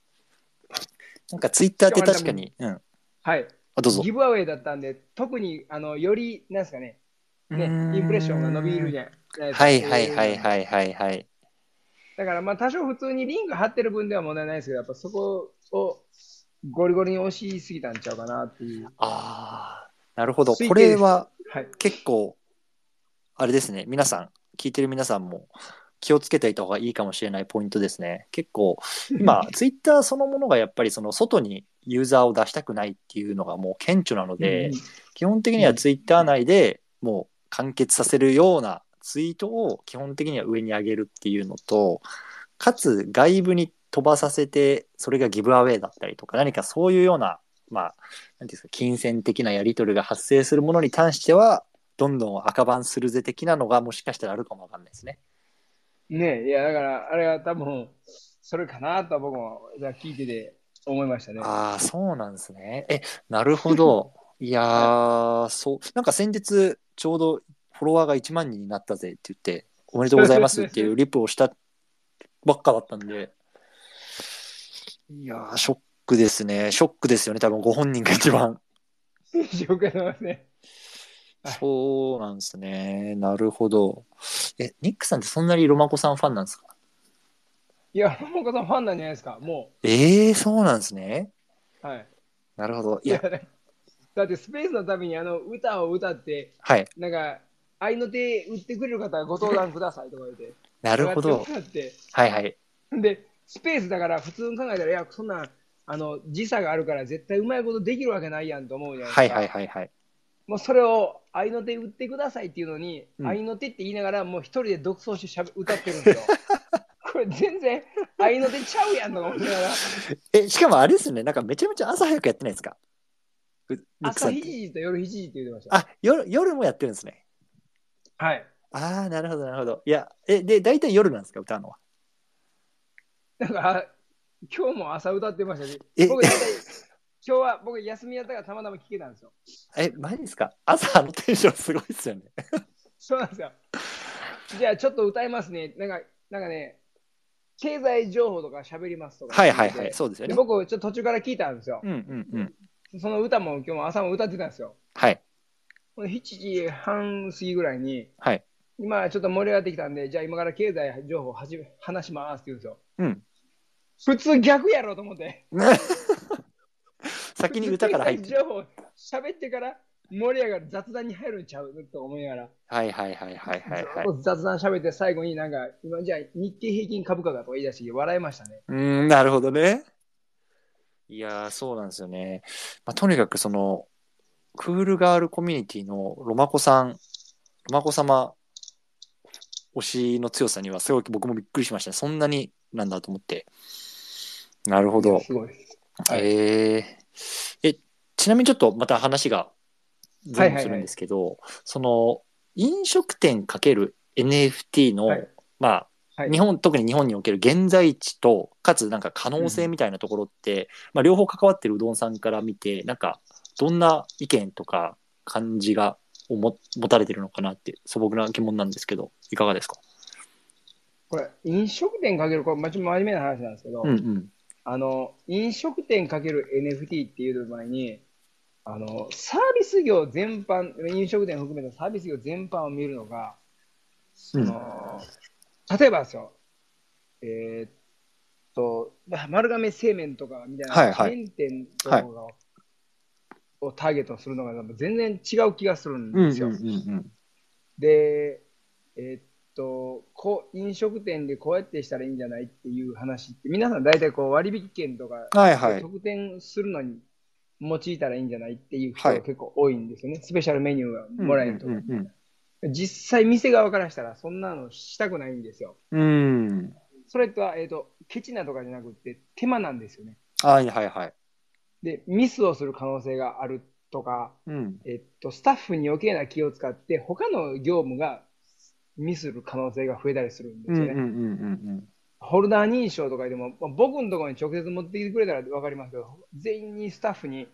[SPEAKER 1] なんかツイッターって確かに、うん。
[SPEAKER 2] はい。
[SPEAKER 1] あ、どうぞ。
[SPEAKER 2] ギブアウェイだったんで、特に、あの、より、なんですかね、ね、
[SPEAKER 1] うーん
[SPEAKER 2] インプレッションが伸びるじゃないですか。
[SPEAKER 1] はいはいはい
[SPEAKER 2] い。
[SPEAKER 1] はいはいはい。
[SPEAKER 2] だから、まあ、多少普通にリンク貼ってる分では問題ないですけど、やっぱそこをゴリゴリに押しすぎたんちゃうかなっていう。
[SPEAKER 1] ああ、なるほど。
[SPEAKER 2] 推定
[SPEAKER 1] これ
[SPEAKER 2] です
[SPEAKER 1] は、
[SPEAKER 2] はい。
[SPEAKER 1] 結構あれですね皆さん聞いてる皆さんも気をつけていた方がいいかもしれないポイントですね結構今ツイッターそのものがやっぱりその外にユーザーを出したくないっていうのがもう顕著なので、
[SPEAKER 2] うん
[SPEAKER 1] 基本的にはツイッター内でもう完結させるようなツイートを基本的には上に上げるっていうのとかつ外部に飛ばさせてそれがギブアウェイだったりとか何かそういうようなまあ何ていうんですか金銭的なやり取りが発生するものに関してはどんどん赤番するぜ的なのがもしかしたらあるかもわかんないですね。
[SPEAKER 2] ねいや、だから、あれは多分、それかなとは僕も、じゃあ聞いてて思いましたね。
[SPEAKER 1] ああ、そうなんですね。え、なるほど。いやー、そう、なんか先日、ちょうどフォロワーが1万人になったぜって言って、おめでとうございますっていうリプをしたばっかだったんで、いやー、ショックですね。ショックですよね。多分ご本人が一番。
[SPEAKER 2] <laughs> 紹介のますね。はい
[SPEAKER 1] そうなんですね。なるほど。え、ニックさんってそんなにロマコさんファンなんですか
[SPEAKER 2] いや、ももこさんファンなんじゃないですか、も
[SPEAKER 1] えー、そうなんですね。
[SPEAKER 2] う。はい。
[SPEAKER 1] なるほど。い
[SPEAKER 2] いや、
[SPEAKER 1] や、
[SPEAKER 2] <laughs> だってスペースのためにあの歌を歌って、
[SPEAKER 1] はい。
[SPEAKER 2] なんか、愛の手売ってくれる方はご登壇くださいとか言って。
[SPEAKER 1] <laughs> なるほど。
[SPEAKER 2] やって
[SPEAKER 1] はいはい。
[SPEAKER 2] で、スペースだから普通に考えたら、いや、そんなん、あの、時差があるから絶対うまいことできるわけないやんと思うじゃない
[SPEAKER 1] は
[SPEAKER 2] で
[SPEAKER 1] い
[SPEAKER 2] すか。
[SPEAKER 1] はいはいはい。
[SPEAKER 2] もうそれを、愛の手売ってくださいっていうのに、
[SPEAKER 1] うん
[SPEAKER 2] 愛の手って言いながら、もう一人で独走してしゃべ歌って
[SPEAKER 1] <laughs>
[SPEAKER 2] るんですよ。これ全然、愛の手ちゃうやんとか思いなが
[SPEAKER 1] <laughs>
[SPEAKER 2] ら、
[SPEAKER 1] え、しかもあれですね。なんかめちゃめちゃ朝早くやってないですかうニック
[SPEAKER 2] 朝
[SPEAKER 1] さんっ
[SPEAKER 2] 7
[SPEAKER 1] て
[SPEAKER 2] 時と夜7時って言ってました。
[SPEAKER 1] あ、夜、夜もやってるんですね。
[SPEAKER 2] はい。
[SPEAKER 1] ああ、なるほど、なるほど。いや、え、で、大体夜なんですか、歌うのは。
[SPEAKER 2] だから、今日も朝歌ってましたし、
[SPEAKER 1] え
[SPEAKER 2] 僕、大体今日は僕、休みやったからたまたま聞けたんですよ。
[SPEAKER 1] え、マジですか朝のテンションすごいですよ
[SPEAKER 2] <laughs>
[SPEAKER 1] ね。
[SPEAKER 2] そうなんですよ。じゃあ、ちょっと歌いますね。なんか、なんかね、経済情報とか喋りますとか。
[SPEAKER 1] はいはいはい、
[SPEAKER 2] で
[SPEAKER 1] そうですよね。
[SPEAKER 2] 僕、ちょっと途中から聞いたんですよ
[SPEAKER 1] う。んうんうん。
[SPEAKER 2] その歌も今日も朝も歌ってたんですよ。
[SPEAKER 1] はい。 <laughs>
[SPEAKER 2] ほんで7時半過ぎぐらいに、
[SPEAKER 1] はい。
[SPEAKER 2] 今ちょっと盛り上がってきたんで、じゃあ今から経済情報はじめ話しますって言うんですよ。
[SPEAKER 1] うん。
[SPEAKER 2] 普通逆やろと思って。
[SPEAKER 1] 先に歌から
[SPEAKER 2] <laughs>
[SPEAKER 1] 入って。
[SPEAKER 2] 経済情報喋ってから盛り上がる雑談に入るんちゃうと思いながら。
[SPEAKER 1] はいはいはいはいはいはい
[SPEAKER 2] ずっ。と雑談喋って最後になんか、今じゃあ日経平均株価がとか言い出して笑いましたね。
[SPEAKER 1] うーん、なるほどね。いやー、そうなんですよね。まあ、とにかくその、クールガールコミュニティのロマコさん、ロマコ様推しの強さにはすごい僕もびっくりしましたね。そんなになんだと思って。なるほど。
[SPEAKER 2] すごいです。はい
[SPEAKER 1] えーえ、ちなみにちょっとまた話が前後するんですけど、その飲食店かける NFT の、
[SPEAKER 2] はい
[SPEAKER 1] まあ
[SPEAKER 2] はい
[SPEAKER 1] 日本特に日本における現在地とかつなんか可能性みたいなところって、まあ、両方関わってるうどんさんから見てなんかどんな意見とか感じがをも持たれてるのかなって素朴な疑問なんですけどいかがですか、
[SPEAKER 2] これ、飲食店かける、これ、まちょっと真面目な話なんですけど、
[SPEAKER 1] うんうん、
[SPEAKER 2] あの、飲食店かける NFT っていう前に、あの、サービス業全般、飲食店含めたサービス業全般を見るのが、その、例えばですよ、えーっと、まあ丸亀製麺とかみたいな、
[SPEAKER 1] はいはい
[SPEAKER 2] チェーン店とかを,、をターゲットするのが全然違う気がするん
[SPEAKER 1] うんうん
[SPEAKER 2] です
[SPEAKER 1] う
[SPEAKER 2] よ。
[SPEAKER 1] んうん
[SPEAKER 2] で、えーっとこう、飲食店でこうやってしたらいいんじゃないっていう話って、皆さん大体こう割引券とか、
[SPEAKER 1] はいはい
[SPEAKER 2] 特典するのに用いたらいいんじゃないっていう人
[SPEAKER 1] は
[SPEAKER 2] が
[SPEAKER 1] い
[SPEAKER 2] 結構多いんですよね、スペシャルメニューがもらえるとか、
[SPEAKER 1] うんうん
[SPEAKER 2] 実際、店側からしたら、そんなのしたくないんですよ。
[SPEAKER 1] うん、うん
[SPEAKER 2] それとは、えーっとケチなとかじゃなくて、手間なんですよね。
[SPEAKER 1] はいはいはい
[SPEAKER 2] で、ミスをする可能性があるとか、
[SPEAKER 1] うん
[SPEAKER 2] えっと、スタッフに余計な気を使って、他の業務がミスる可能性が増えたりするんですよね。
[SPEAKER 1] うんうんうん
[SPEAKER 2] ホルダー認証とかでも、まあ僕のところに直接持ってきてくれたら分かりますけど、全員にスタッフに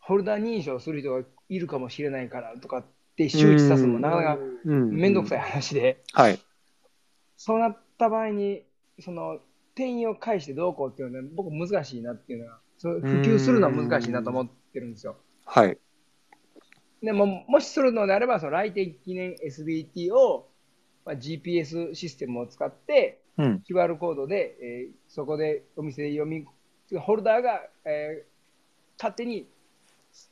[SPEAKER 2] ホルダー認証する人がいるかもしれないからとかって周知さすのもなかなか
[SPEAKER 1] うんうん。
[SPEAKER 2] 面倒くさ
[SPEAKER 1] い。
[SPEAKER 2] い話で、
[SPEAKER 1] はい。
[SPEAKER 2] そうなった場合に、その、店員を介してどうこうっていうのは、僕難しいなっていうのは、そう普及するのは難しいなと思ってるんですよ。
[SPEAKER 1] はい。
[SPEAKER 2] でも、もしするのであれば、その来店記念 SBT を、まあ、GPS システムを使って、
[SPEAKER 1] うん。
[SPEAKER 2] QR コードで、えーそこでお店で読み、ホルダーが、えー勝手に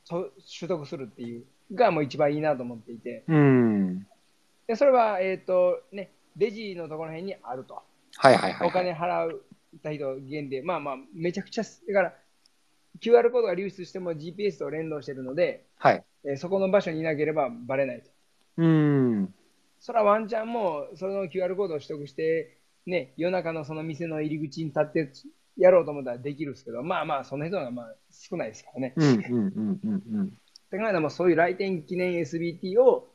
[SPEAKER 2] と取得するっていうがもう一番いいなと思っていて、
[SPEAKER 1] うん。
[SPEAKER 2] でそれは、えっ、と、ね、レジのところら辺にあると。
[SPEAKER 1] はいはいはい。
[SPEAKER 2] お金。払った人限定、まあまあ、めちゃくちゃ、だから、QR コードが流出しても GPS と連動してるので、
[SPEAKER 1] はい。
[SPEAKER 2] えーそこの場所にいなければバレないと。
[SPEAKER 1] うん。
[SPEAKER 2] そらワンチャンもうその QR コードを取得して、ね、夜中のその店の入り口に立ってやろうと思ったらできるんですけど、まあまあ、その人がまあ少ないですからね。
[SPEAKER 1] うんうんうんうんうん。
[SPEAKER 2] だからもうそういう来店記念 SBT を、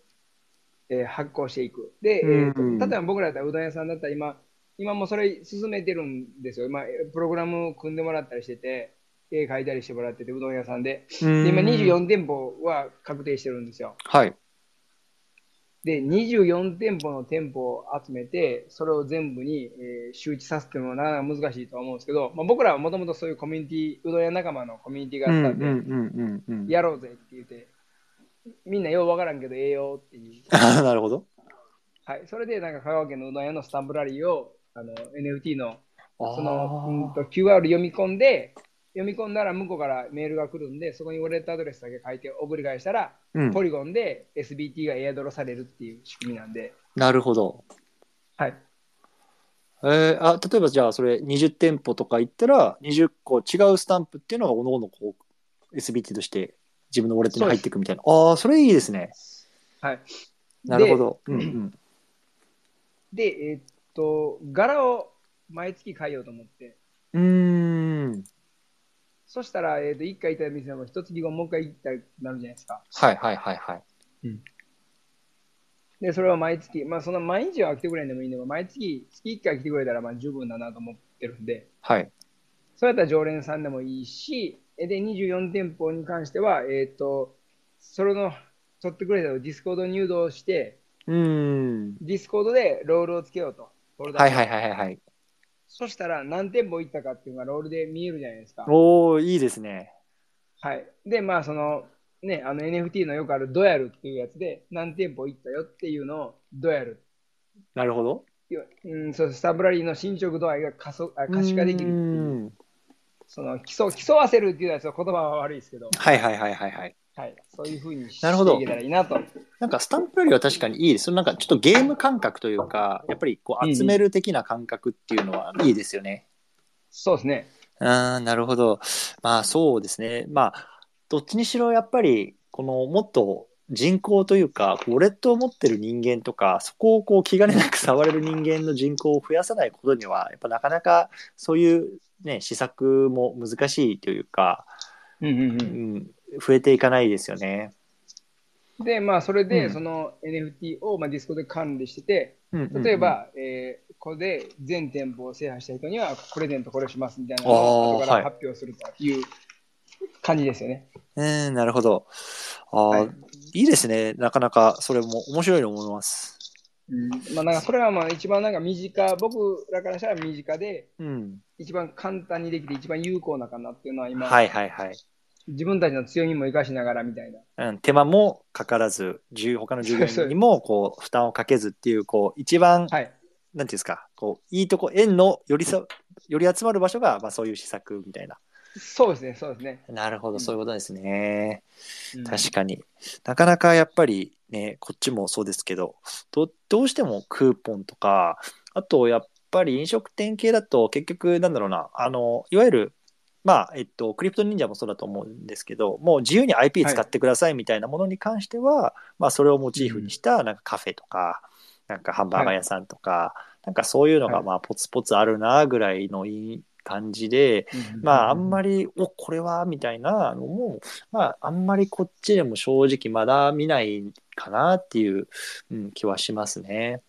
[SPEAKER 2] えー発行していく。で、え
[SPEAKER 1] うん
[SPEAKER 2] ーと例えば僕らだったらうどん屋さんだったら今、今もそれ進めてるんですよ。今、プログラム組んでもらったりしてて、絵描いたりしてもらってて、うどん屋さんで。で今24店舗は確定してるんですよ。
[SPEAKER 1] はい。
[SPEAKER 2] で、24店舗の店舗を集めて、それを全部に、えー周知させてもなかなか難しいとは思うんですけど、まあ、僕らはもともとそういうコミュニティ、うどん屋仲間のコミュニティが
[SPEAKER 1] う
[SPEAKER 2] あっ
[SPEAKER 1] ん
[SPEAKER 2] た
[SPEAKER 1] うん
[SPEAKER 2] で、
[SPEAKER 1] んうんうん。
[SPEAKER 2] やろうぜって言って、みんなようわからんけど、ええよっていう。
[SPEAKER 1] あー <laughs> なるほど。
[SPEAKER 2] はい、それでなんか香川県のうどん屋のスタンプラリーをあの NFT のそのうん
[SPEAKER 1] あ
[SPEAKER 2] と QR 読み込んで読み込んだら向こうからメールが来るんでそこにウォレットアドレスだけ書いて送り返したら、
[SPEAKER 1] ーうん
[SPEAKER 2] ポリゴンで SBT がエアドロされるっていう仕組みなんで、
[SPEAKER 1] なるほど。
[SPEAKER 2] はい、
[SPEAKER 1] えー、あ例えばじゃあそれ20店舗とか行ったら20個違うスタンプっていうのがおのおのこう SBT として自分のウォレットに入っていくみたいなああそれいいですね
[SPEAKER 2] はい、
[SPEAKER 1] なるほど、うんうん、
[SPEAKER 2] でえーっと柄を毎月変えようと思って
[SPEAKER 1] うーん
[SPEAKER 2] そしたら、えーっと1回行った店も一月後もう一回行ったらなるじゃないですか
[SPEAKER 1] はいはいはいはい
[SPEAKER 2] でそれは毎月まあそんな毎日は来てくれんでもいいんでも毎月月1回来てくれたらまあ十分だなと思ってるんで
[SPEAKER 1] はい
[SPEAKER 2] それやったら常連さんでもいいし、えで、24店舗に関しては、えっ、と、それの、取ってくれたのディスコード入道して、
[SPEAKER 1] うーん
[SPEAKER 2] ディスコードでロールをつけようと。フォルダ
[SPEAKER 1] はいはいはいはいはい
[SPEAKER 2] そしたら何店舗行ったかっていうのがロールで見えるじゃないですか。
[SPEAKER 1] おおいいですね
[SPEAKER 2] はい。で、まあ、その、ね、あの NFT のよくあるドヤルっていうやつで、何店舗行ったよっていうのをドヤル。
[SPEAKER 1] なるほど
[SPEAKER 2] ようん、そうスタブラリーの進捗度合いが可塑あ可視化できる
[SPEAKER 1] う
[SPEAKER 2] っていう、
[SPEAKER 1] ーん
[SPEAKER 2] その競競わせるっていうやつは言葉は悪いですけど、
[SPEAKER 1] はいはいはいはいはい
[SPEAKER 2] はい、そういうふうにし
[SPEAKER 1] なるほど
[SPEAKER 2] ていけたらいいなと
[SPEAKER 1] なんかスタンプよりは確かにいいですそのなんかちょっとゲーム感覚というかやっぱりこう集める的な感覚っていうのはいいですよね、
[SPEAKER 2] そうですね。
[SPEAKER 1] ああ、なるほど。まあそうですね。まあ、どっちにしろやっぱり、このもっと人口というか、ウォレットを持ってる人間とか、そこをこう気兼ねなく触れる人間の人口を増やさないことには、やっぱなかなかそういうね、施策も難しいというか、
[SPEAKER 2] うんうんう
[SPEAKER 1] うんん、増えていかないですよね。
[SPEAKER 2] で、まあ、それ
[SPEAKER 1] う
[SPEAKER 2] で、
[SPEAKER 1] ん
[SPEAKER 2] その NFT を、まあ、ディスコで管理してて、
[SPEAKER 1] うんうんうん
[SPEAKER 2] 例え、ば、えーここで全店舗を制覇した人には、プレゼントこれしますみたいな
[SPEAKER 1] あー
[SPEAKER 2] のを後か
[SPEAKER 1] はい
[SPEAKER 2] ら発表するという感じですよね。
[SPEAKER 1] うん、なるほど。ああ、
[SPEAKER 2] はい
[SPEAKER 1] い、いですね。なかなかそれも面白いと思います。
[SPEAKER 2] うんまあ、なんかそれはまあ一番なんか身近、僕らからしたら身近で、
[SPEAKER 1] うん。
[SPEAKER 2] 一番簡単にできて、一番有効なかなっていうのは今、
[SPEAKER 1] はいはいはい。
[SPEAKER 2] 自分たちの強みも生かしながらみたいな。
[SPEAKER 1] うん、手間もかからず、従他の従業員に <laughs> もこう負担をかけずっていう、こう一番、
[SPEAKER 2] はい。
[SPEAKER 1] なんていうんですか、こういいとこ、円のよりさより集まる場所が、まあ、そういう施策みたいな。
[SPEAKER 2] そうですね、そうですね。
[SPEAKER 1] なるほ
[SPEAKER 2] う
[SPEAKER 1] ど、
[SPEAKER 2] ん
[SPEAKER 1] そういうことですね。
[SPEAKER 2] うん
[SPEAKER 1] 確かになかなかやっぱりね、こっちもそうですけど、どどうしてもクーポンとか、あとやっぱり飲食店系だと、結局、なんだろうな、あのいわゆる、まあえっと、クリプト忍者もそうだと思うんですけど、もう自由に IP 使ってくださいみたいなものに関しては、まあ、それをモチーフにしたなんかカフェとか、なんかハンバーガー屋さんとか、なんかそういうの
[SPEAKER 2] は
[SPEAKER 1] が
[SPEAKER 2] い
[SPEAKER 1] まあポツポツあるなぐらいのいい感じで、まああんまり、おこれはみたいなのも、まああんまりこっちでも正直まだ見ないかなっていう、うん、気はしますね。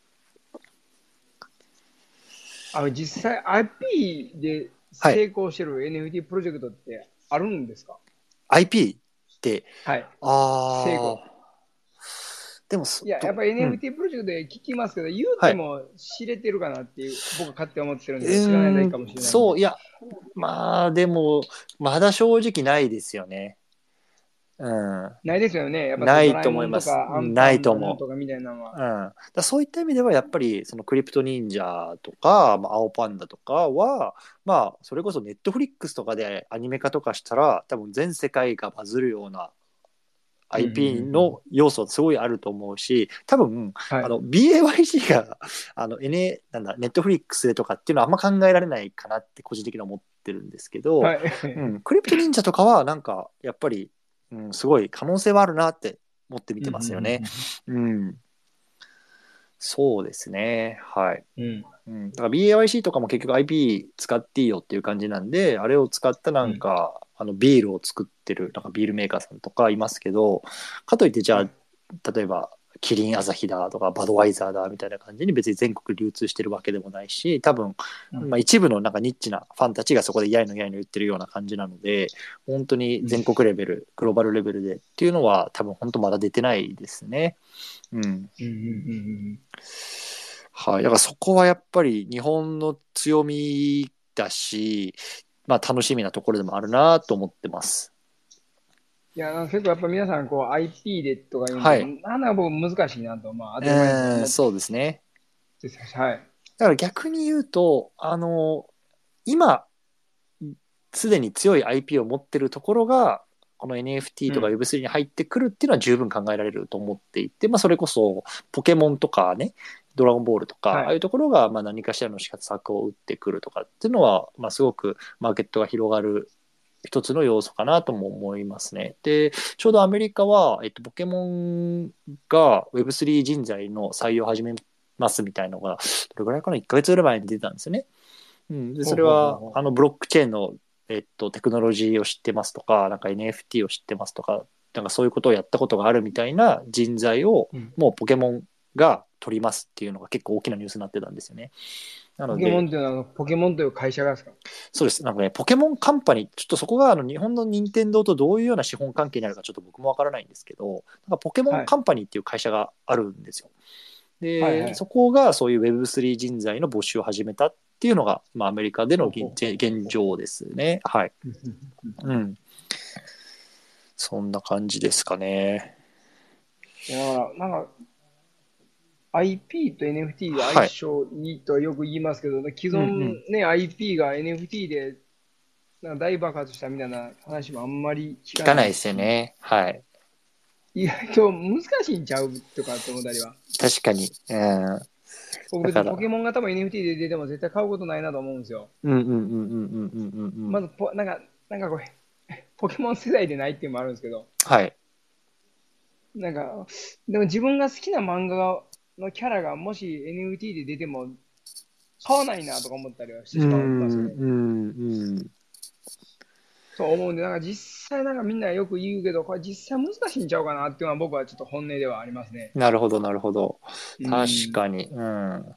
[SPEAKER 2] あの実際 IP で成功してる NFT プロジェクトってあるんですか
[SPEAKER 1] IP って、
[SPEAKER 2] はい。
[SPEAKER 1] あ
[SPEAKER 2] 成功
[SPEAKER 1] あ。でもそ
[SPEAKER 2] いや、やっぱ
[SPEAKER 1] り
[SPEAKER 2] NFT プロジェクトで聞きますけど、言うても知れてるかなっていう、僕は勝手に思ってるんで、知らないだけかもしれない。。
[SPEAKER 1] そうう、いや、まあでも、まだ正直ないですよね。うん。
[SPEAKER 2] ないですよね。やっぱ
[SPEAKER 1] ないと思います
[SPEAKER 2] ドラえもんか
[SPEAKER 1] ないと思う
[SPEAKER 2] アンパンマンとかみたいなの
[SPEAKER 1] うん、だ
[SPEAKER 2] は。
[SPEAKER 1] からそういった意味ではやっぱりそのクリプト忍者とか、まあ、青パンダとかはまあそれこそネットフリックスとかでアニメ化とかしたら多分全世界がバズるような
[SPEAKER 2] うんうん
[SPEAKER 1] IP
[SPEAKER 2] うん
[SPEAKER 1] の要素すごいあると思うし多分
[SPEAKER 2] はい。
[SPEAKER 1] あの BAYC があの N なんだネットフリックスでとかっていうのはあんま考えられないかなって個人的には思ってるんですけど、
[SPEAKER 2] はい、
[SPEAKER 1] うん、クリプト忍者とかはなんかやっぱり、うん、すごい可能性はあるなって思って見てますよね。うん。そうですね。はい。
[SPEAKER 2] うん。うん
[SPEAKER 1] うん、だから BAYC とかも結局 IP 使っていいよっていう感じなんで、あれを使ったなんか、あのビールを作ってる、なんかビールメーカーさんとかいますけど、かといってじゃ
[SPEAKER 2] う
[SPEAKER 1] あ、例えばキリンアサヒだとかバドワイザーだみたいな感じに別に全国流通してるわけでもないし多分、
[SPEAKER 2] うん
[SPEAKER 1] まあ、一部のなんかニッチなファンたちがそこでやいのやいの言ってるような感じなので本当に全国レベルグローバルレベルでっていうのは多分本当まだ出てないですね。うん
[SPEAKER 2] うんうんうん
[SPEAKER 1] はい、だからそこはやっぱり日本の強みだし、まあ、楽しみなところでもあるなと思ってます。
[SPEAKER 2] いや、なんか結構やっぱ皆さん、こう、IP でとか言うん
[SPEAKER 1] はい
[SPEAKER 2] で、なんか僕難しいなと、まあ、当たり前だと
[SPEAKER 1] う
[SPEAKER 2] 思
[SPEAKER 1] ん、そうですね。
[SPEAKER 2] ってたしはい。
[SPEAKER 1] だから逆に言うと、あの、今、すでに強い IP を持ってるところが、この NFT とか
[SPEAKER 2] う
[SPEAKER 1] Web3 に入ってくるっていうのは十分考えられると思っていて、まあそれこそポケモンとかね、ドラゴンボールとか、
[SPEAKER 2] はい
[SPEAKER 1] ああいうところがまあ何かしらの施策を打ってくるとかっていうのは、まあすごくマーケットが広がる一つの要素かなとも思いますね。で、ちょうどアメリカは、えっと、ポケモンが Web3 人材の採用を始めますみたいなのが、どれぐらいかな、1ヶ月ぐらい前に出たんですよね。うん、でそれ
[SPEAKER 2] ほうほ
[SPEAKER 1] は
[SPEAKER 2] うほうほう
[SPEAKER 1] あのブロックチェーンの、えっと、テクノロジーを知ってますとか、なんか NFT を知ってますとか、なんかそういうことをやったことがあるみたいな人材を、
[SPEAKER 2] うん
[SPEAKER 1] もうポケモンが取りますっていうのが結構大きなニュースになってたんですよね。な
[SPEAKER 2] ポ
[SPEAKER 1] の
[SPEAKER 2] ケモン
[SPEAKER 1] で、
[SPEAKER 2] っていうのはあの、ポケモンという会社がですか
[SPEAKER 1] そうです。なんかね、ポケモンカンパニー、ちょっとそこがあの日本の任天堂とどういうような資本関係になるかちょっと僕もわからないんですけど、なんかポケモンカンパニーっていう会社があるんですよ。で、
[SPEAKER 2] はいはい
[SPEAKER 1] そこがそういう Web3 人材の募集を始めたっていうのが、まあ、アメリカでの現現状ですね。はい。うん。そんな感じですかね。
[SPEAKER 2] いや、だからなんか、IP と NFT が
[SPEAKER 1] は
[SPEAKER 2] 相
[SPEAKER 1] い
[SPEAKER 2] 性いいとはよく言いますけど、既存
[SPEAKER 1] うんう
[SPEAKER 2] ね、IP が NFT で、なんか大爆発したみたいな話もあんまり聞
[SPEAKER 1] 聞かないですよ。ね。はい。
[SPEAKER 2] 意外と難しいんちゃうとかって思ったりは。
[SPEAKER 1] 確かに。うん。だ
[SPEAKER 2] 僕別
[SPEAKER 1] か
[SPEAKER 2] に
[SPEAKER 1] ら
[SPEAKER 2] ポケモンが多分 NFT で出ても絶対買うことないなと思うんですよ。
[SPEAKER 1] うんうんうんうんうんうんうんうん。
[SPEAKER 2] まずポ、なんか、なんかこれ、 <laughs> ポケモン世代でないっていうのもあるんですけど、
[SPEAKER 1] はい。
[SPEAKER 2] なんか、でも自分が好きな漫画のキャラがもし NFT で出ても買わないなとか思ったりはしてしまうんですよね。
[SPEAKER 1] うんうん。
[SPEAKER 2] そう思うんで、なんか実際なんかみんなよく言うけど、これ実際難しいんちゃうかなっていうのは僕はちょっと本音ではありますね。
[SPEAKER 1] なるほど、なるほど。
[SPEAKER 2] うん
[SPEAKER 1] 確かに。うん。あ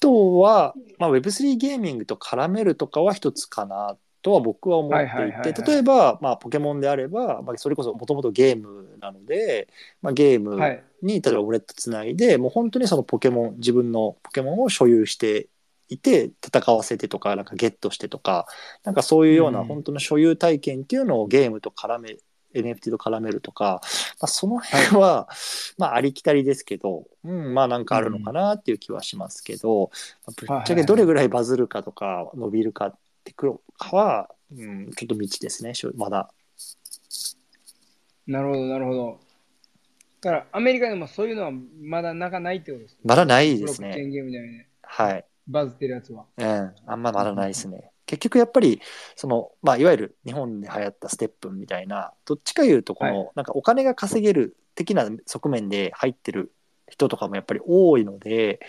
[SPEAKER 1] とは、まあ、Web3 ゲーミングと絡めるとかは一つかなとは僕は思っていて、
[SPEAKER 2] はいはいはいはい
[SPEAKER 1] 例えば、まあ、ポケモンであれば、まあ、それこそもともとゲームなので、まあ、ゲームに、
[SPEAKER 2] はい。
[SPEAKER 1] 例えばウォレットつないで、もう本当にそのポケモン、自分のポケモンを所有していて、戦わせてとか、なんかゲットしてとか、なんかそういうような
[SPEAKER 2] うん
[SPEAKER 1] 本当の所有体験っていうのをゲームと絡め、NFT と絡めるとか、まあ、その辺は、まあありきたりですけど、うん、まあなんかあるのかなっていう気はしますけど、まあぶっちゃけどれぐらいバズるかとか伸びるかってくるかは、うん、ちょっと未知ですね、しょまだ。
[SPEAKER 2] なるほど、なるほど。だからアメリカでもそういうのはまだなかないってことですね。
[SPEAKER 1] まだない
[SPEAKER 2] ブ
[SPEAKER 1] で
[SPEAKER 2] ロッ
[SPEAKER 1] す
[SPEAKER 2] クチェー
[SPEAKER 1] ね。
[SPEAKER 2] ンゲームみたいにね、
[SPEAKER 1] はい。
[SPEAKER 2] バズってるやつは。
[SPEAKER 1] うん、あんまならないですね。結局やっぱりその、まあ、いわゆる日本で流行ったステップみたいなどっちかいうとこの、なんかお金が稼げる的な側面で入ってる人とかもやっぱり多いので、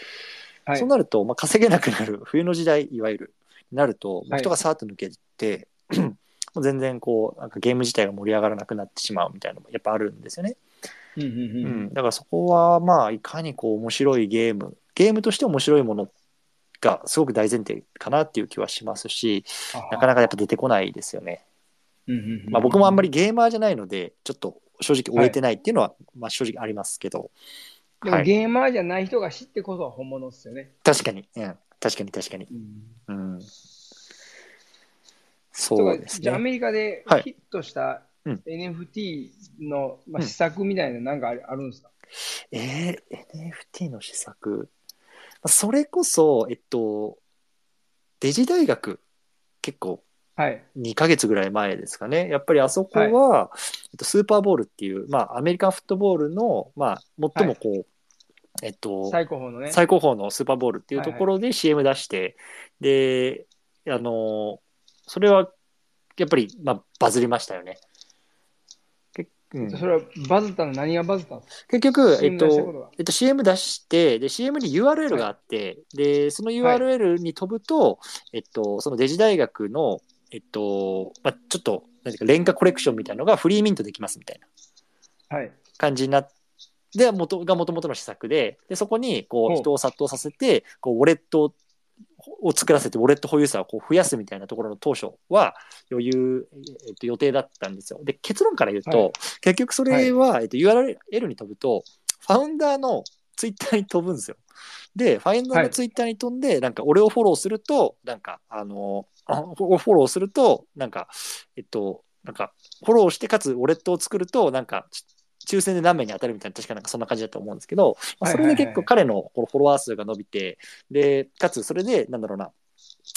[SPEAKER 2] はい
[SPEAKER 1] そう。なると、まあ、稼げなくなる冬の時代いわゆるなるともう
[SPEAKER 2] はい
[SPEAKER 1] 人がさーっと抜けて、 <clears throat> もう全然こうなんかゲーム自体が盛り上がらなくなってしまうみたいなのもやっぱあるんですよね。
[SPEAKER 2] うんうん
[SPEAKER 1] う
[SPEAKER 2] うん
[SPEAKER 1] ん、だからそこはまあいかにこう面白いゲームゲームとして面白いものがすごく大前提かなっていう気はしますしなかなかやっぱ出てこないですよね、まあ、僕もあんま
[SPEAKER 2] り。
[SPEAKER 1] りゲーマーじゃないのでちょっと正直終えてないっていうのは、まあ、正直ありますけど、
[SPEAKER 2] でも
[SPEAKER 1] はい、
[SPEAKER 2] ゲーマーじゃない人が知ってこそ本物っすよね。
[SPEAKER 1] 確かに、うん、確かに確かに、うん、そうです
[SPEAKER 2] じゃあア
[SPEAKER 1] ね
[SPEAKER 2] メリカで
[SPEAKER 1] はい
[SPEAKER 2] ヒットした
[SPEAKER 1] うん
[SPEAKER 2] NFT の、まあ、
[SPEAKER 1] うん
[SPEAKER 2] 施策みたいななんかあるあるんですか、
[SPEAKER 1] えー NFT の施策それこそえっとデジ大学結構
[SPEAKER 2] はい。
[SPEAKER 1] 2ヶ月ぐらい前ですかね。やっぱりあそこは、えっと、スーパーボールっていう、まあ、アメリカンフットボールの、まあ、最もこう、えっと、
[SPEAKER 2] 最高峰のね。
[SPEAKER 1] 最高峰のスーパーボールっていうところで CM 出して、で、あの、それは、やっぱり、まあ、バズりましたよね。けうん
[SPEAKER 2] それはバズったの何がバズったんですか
[SPEAKER 1] 結局、え
[SPEAKER 2] CM
[SPEAKER 1] っ
[SPEAKER 2] 出したこと
[SPEAKER 1] と
[SPEAKER 2] が、
[SPEAKER 1] えっと、CM 出して、で、CM に URL があって、で、その URL に飛ぶと、えっと、そのデジ大学の、えっと、まあ、ちょっと、なんていうか、廉価コレクションみたいなのがフリーミントできますみたいな
[SPEAKER 2] はい。
[SPEAKER 1] 感じになっで元がもともとの施策ででそこにこ
[SPEAKER 2] ほ
[SPEAKER 1] う
[SPEAKER 2] う
[SPEAKER 1] 人を殺到させてこうウォレットを作らせてウォレット保有者をこう増やすみたいなところの当初は余裕、えっと、予定だったんですよ。で結論から言うと、
[SPEAKER 2] はい
[SPEAKER 1] 結局それは、えっと、URL に飛ぶとファウンダーのツイッターに飛ぶんですよ。でファウンダーのツイッターに飛んで、なんか俺をフォローするとなんかあのあフォフォローす <laughs> るとなんかえっとなんかフォローしてかつウォレットを作るとなんかち抽選で何名に当たるみたいな確かなんかそんな感じだと思うんですけど、まあ、それで結構彼のこのフォロワー数が伸びてでかつそれでなんだろうな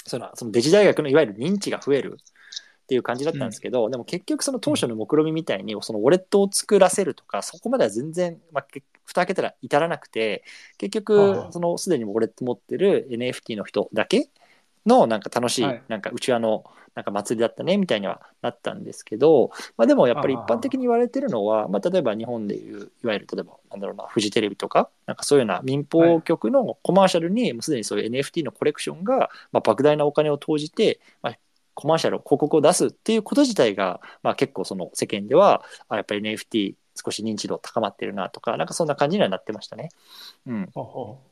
[SPEAKER 1] そのそのデジ大学のいわゆる認知が増えるっていう感じだったんですけど、でも結局その当初の目論見みみたいにそのウォレットを作らせるとかそこまでは全然、まあ、け蓋開けたら至らなくて結
[SPEAKER 2] はいは
[SPEAKER 1] 局
[SPEAKER 2] い
[SPEAKER 1] そのすでにウォレット持ってる NFT の人だけのなんか楽しい、
[SPEAKER 2] はい
[SPEAKER 1] なんかうちわのなんか祭りだったねみたいにはなったんですけど、まあ、でもやっぱり一般的に言われてるのはまあ、例えば日本でいういわゆる例えばなんだろうなフジテレビとかなんかそういうような民放局のコマーシャルにもうすでにそういう NFT のコレクションが、まあ、莫大なお金を投じて、まあ、コマーシャルを広告を出すっていうこと自体が、まあ、結構その世間ではあやっぱり NFT 少し認知度高まってるなとかなんかそんな感じにはなってましたね。うん、
[SPEAKER 2] ほうほう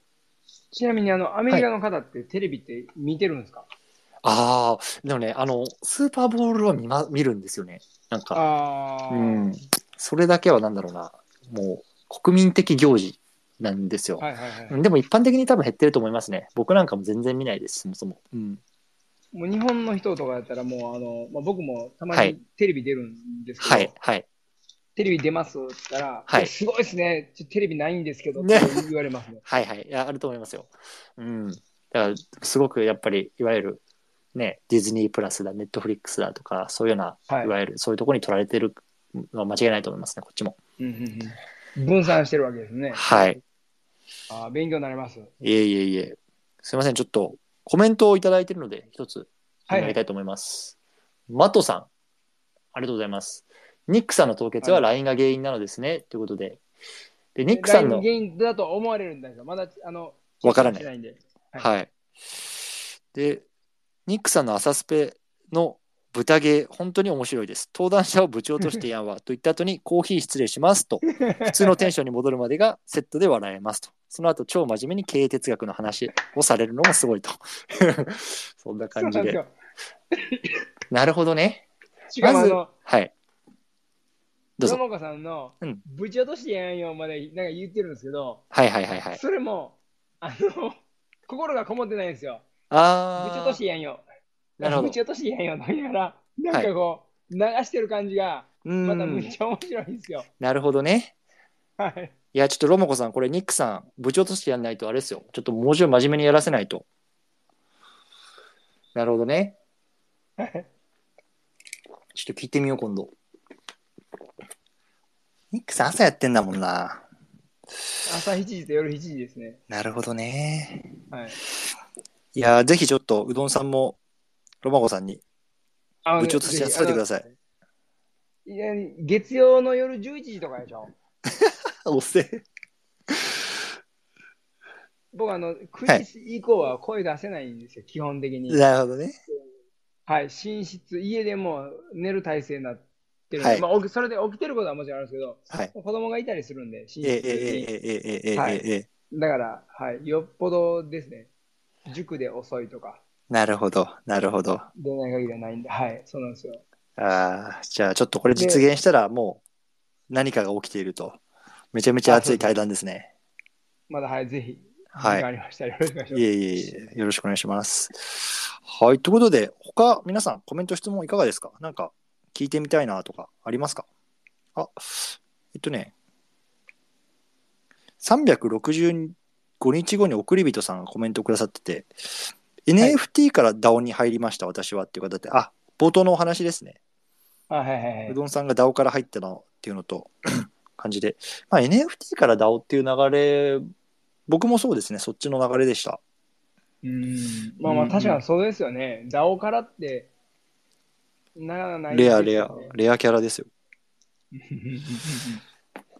[SPEAKER 2] ちなみにあのアメリカの方ってテレビって見てるんですか、
[SPEAKER 1] ああ、でもね、あの、スーパーボールは見,、ま、見るんですよね。なんか、
[SPEAKER 2] ああ、
[SPEAKER 1] うん。それだけはなんだろうな、もう、国民的行事なんですよ。
[SPEAKER 2] はいはいはい、
[SPEAKER 1] うんでも一般的に多分減ってると思いますね。僕なんかも全然見ないです、そもそも。うん。
[SPEAKER 2] もう日本の人とかやったらもうあの、まあ、僕もたま
[SPEAKER 1] は
[SPEAKER 2] に
[SPEAKER 1] い
[SPEAKER 2] テレビ出るんですけど、
[SPEAKER 1] はい、はい。
[SPEAKER 2] テレビ出ますって言ったら、
[SPEAKER 1] はい
[SPEAKER 2] えすごいですね、ちょテレビないんですけどっ
[SPEAKER 1] ね
[SPEAKER 2] て言われます
[SPEAKER 1] <laughs>
[SPEAKER 2] ね。
[SPEAKER 1] はいはい。いや、あると思いますよ。うん。だから、すごくやっぱり、いわゆる、ね、ディズニープラスだ、ネットフリックスだとか、そういうような、
[SPEAKER 2] はい
[SPEAKER 1] いわゆる、そういうところに取られてるのは間違いないと思いますね、こっちも。
[SPEAKER 2] うんうんうん分散してるわけですね。
[SPEAKER 1] はい。
[SPEAKER 2] あー勉強になります。
[SPEAKER 1] いえいえいえ。すいません、ちょっとコメントをいただいてるので、一つ
[SPEAKER 2] はい
[SPEAKER 1] やりたいと思います。マトさん、ありがとうございます。ニックさんの凍結は
[SPEAKER 2] はい
[SPEAKER 1] LINE が原因なのですね、ということで。で、ニック
[SPEAKER 2] ラ
[SPEAKER 1] さ
[SPEAKER 2] イ
[SPEAKER 1] ん
[SPEAKER 2] ブ
[SPEAKER 1] の、
[SPEAKER 2] 原因だと思われるんだけど、まだあの
[SPEAKER 1] わからない
[SPEAKER 2] 知。んで。
[SPEAKER 1] はい、で、ニックさんの朝スペの豚芸、本当に面白いです。登壇者を部長として
[SPEAKER 2] <laughs>
[SPEAKER 1] やんわと言った後に、コーヒー失礼しますと、普通のテンションに戻るまでがセットで笑えますと。その後、超真面目に経営哲学の話をされるのがすごいと。 <laughs> そんな
[SPEAKER 2] そうな
[SPEAKER 1] 感
[SPEAKER 2] ん
[SPEAKER 1] じ
[SPEAKER 2] です
[SPEAKER 1] で。
[SPEAKER 2] よ。
[SPEAKER 1] なるほどね。
[SPEAKER 2] しかも
[SPEAKER 1] ま
[SPEAKER 2] あ
[SPEAKER 1] ず
[SPEAKER 2] の、
[SPEAKER 1] はい。どうぞ。
[SPEAKER 2] 野中さんの
[SPEAKER 1] うん
[SPEAKER 2] 部長としてやんよまでなんか言ってるんですけど、
[SPEAKER 1] はいはいはいはい。
[SPEAKER 2] それもあの心がこもってないんですよ。部
[SPEAKER 1] あ
[SPEAKER 2] 長と
[SPEAKER 1] あ
[SPEAKER 2] してやんよ。
[SPEAKER 1] なるほど
[SPEAKER 2] 部長としてやんよと言いながら、なんかこう、流してる感じが、
[SPEAKER 1] う
[SPEAKER 2] まためっ
[SPEAKER 1] ん。
[SPEAKER 2] ちゃ面白いんですよ。
[SPEAKER 1] なるほどね。
[SPEAKER 2] はい。
[SPEAKER 1] いや、ちょっとロモコさん、これニックさん、部長としてやんないとあれですよ。ちょっともうちょい真面目にやらせないと。なるほど
[SPEAKER 2] <laughs>
[SPEAKER 1] ね。ちょっと聞いてみよう、今度。ニックさん、朝やってんだもんな。
[SPEAKER 2] 朝7時と夜7時ですね。
[SPEAKER 1] なるほどね。
[SPEAKER 2] はい。
[SPEAKER 1] いやー、ぜひちょっと、うどんさんも、ロマコさんに、
[SPEAKER 2] あの
[SPEAKER 1] 部長としてやらせてくだ
[SPEAKER 2] ぜ
[SPEAKER 1] さい。
[SPEAKER 2] ひあのいや月曜の夜11時とかでしょ。
[SPEAKER 1] おせ。
[SPEAKER 2] 僕、あの、9時以降は声出せないんですよ、基本的に。
[SPEAKER 1] なるほどね。
[SPEAKER 2] はい、寝室、家でもう寝る体制になってるんで、
[SPEAKER 1] はい
[SPEAKER 2] まあ、おきそれで起きてることはもちろんあるんですけど、
[SPEAKER 1] はい。
[SPEAKER 2] 子供がいたりするんで、寝室
[SPEAKER 1] え
[SPEAKER 2] に
[SPEAKER 1] ええええええええええ
[SPEAKER 2] はい
[SPEAKER 1] ええ
[SPEAKER 2] だから、はい、よっぽどですね、塾で遅いとか、
[SPEAKER 1] なるほど、なるほど。
[SPEAKER 2] 出ない限りはないんで、はい、そうなんですよ。
[SPEAKER 1] ああ、じゃあちょっとこれ実現したらもう何かが起きていると。めちゃめちゃ熱い対談ですね。
[SPEAKER 2] まだ、はい、ぜひ、時
[SPEAKER 1] はい
[SPEAKER 2] 間ありましたらよろしくお願いしま
[SPEAKER 1] い
[SPEAKER 2] す。
[SPEAKER 1] えいえいえ、よろしくお願いします。はい、ということで、他皆さんコメント質問いかがですかなんか聞いてみたいなとかありますかあ、えっとね、365日後に送り人さんがコメントくださってて、NFT から DAO に入りました、私はっていう方で、あ、冒頭のお話ですね。
[SPEAKER 2] あはいはいは
[SPEAKER 1] う
[SPEAKER 2] い。
[SPEAKER 1] どんさんが DAO から入ったのっていうのと <coughs> 感じで、まあ、NFT から DAO っていう流れ僕もそうですねそっちの流れでした
[SPEAKER 2] うんまあまあ、確かにそうですよね。ダオからって、なかなかないです
[SPEAKER 1] レ
[SPEAKER 2] よ
[SPEAKER 1] ア
[SPEAKER 2] ね
[SPEAKER 1] レ
[SPEAKER 2] <laughs>
[SPEAKER 1] アレアキャラですよ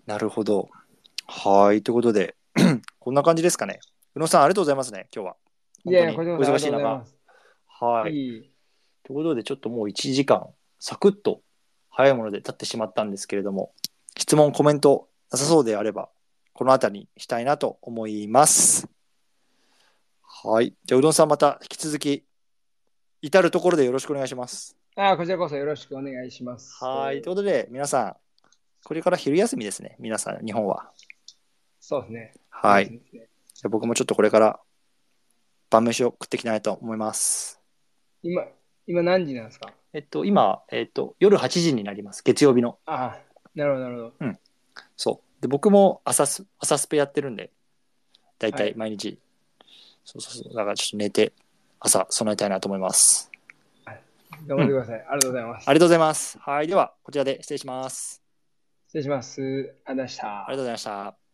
[SPEAKER 1] なるほどはいということで <coughs> こんな感じですかね宇野さんありがとうございますね今日は本
[SPEAKER 2] いやいや、
[SPEAKER 1] 当
[SPEAKER 2] こち
[SPEAKER 1] にお
[SPEAKER 2] らこそあ
[SPEAKER 1] 忙
[SPEAKER 2] り
[SPEAKER 1] しい
[SPEAKER 2] がとうござい
[SPEAKER 1] 中
[SPEAKER 2] ます。
[SPEAKER 1] はい
[SPEAKER 2] いい
[SPEAKER 1] ということでちょっともう1時間サクッと早いもので経ってしまったんですけれども質問コメントなさそうであればこの辺りにしたいなと思います。はい。じゃあ、うどんさんまた引き続き、至るところでよろしくお願いします。
[SPEAKER 2] あーこちらこそよろしくお願いします。
[SPEAKER 1] はい。ということで、皆さん、これから昼休みですね。皆さん、日本は。
[SPEAKER 2] そうですね。
[SPEAKER 1] はい。
[SPEAKER 2] そ
[SPEAKER 1] じ
[SPEAKER 2] うですね。
[SPEAKER 1] ゃあ僕もちょっとこれから、晩飯を食っていきたいと思います。
[SPEAKER 2] 今、今何時なんですか
[SPEAKER 1] えっと、今、えっと、夜8時になります。月曜日の。
[SPEAKER 2] ああ、なるほど、なるほど。
[SPEAKER 1] そう。で、僕も朝ス朝スペやってるんで、だいた
[SPEAKER 2] はい
[SPEAKER 1] い毎日、そうそうそう、だからちょっと寝て、朝備えたいなと思います。
[SPEAKER 2] 頑張ってください。ありがとうございます。
[SPEAKER 1] ありがとうございます。はい。では、こちらで失礼します。
[SPEAKER 2] 失礼します。ありがとうございました
[SPEAKER 1] ありがとうございました。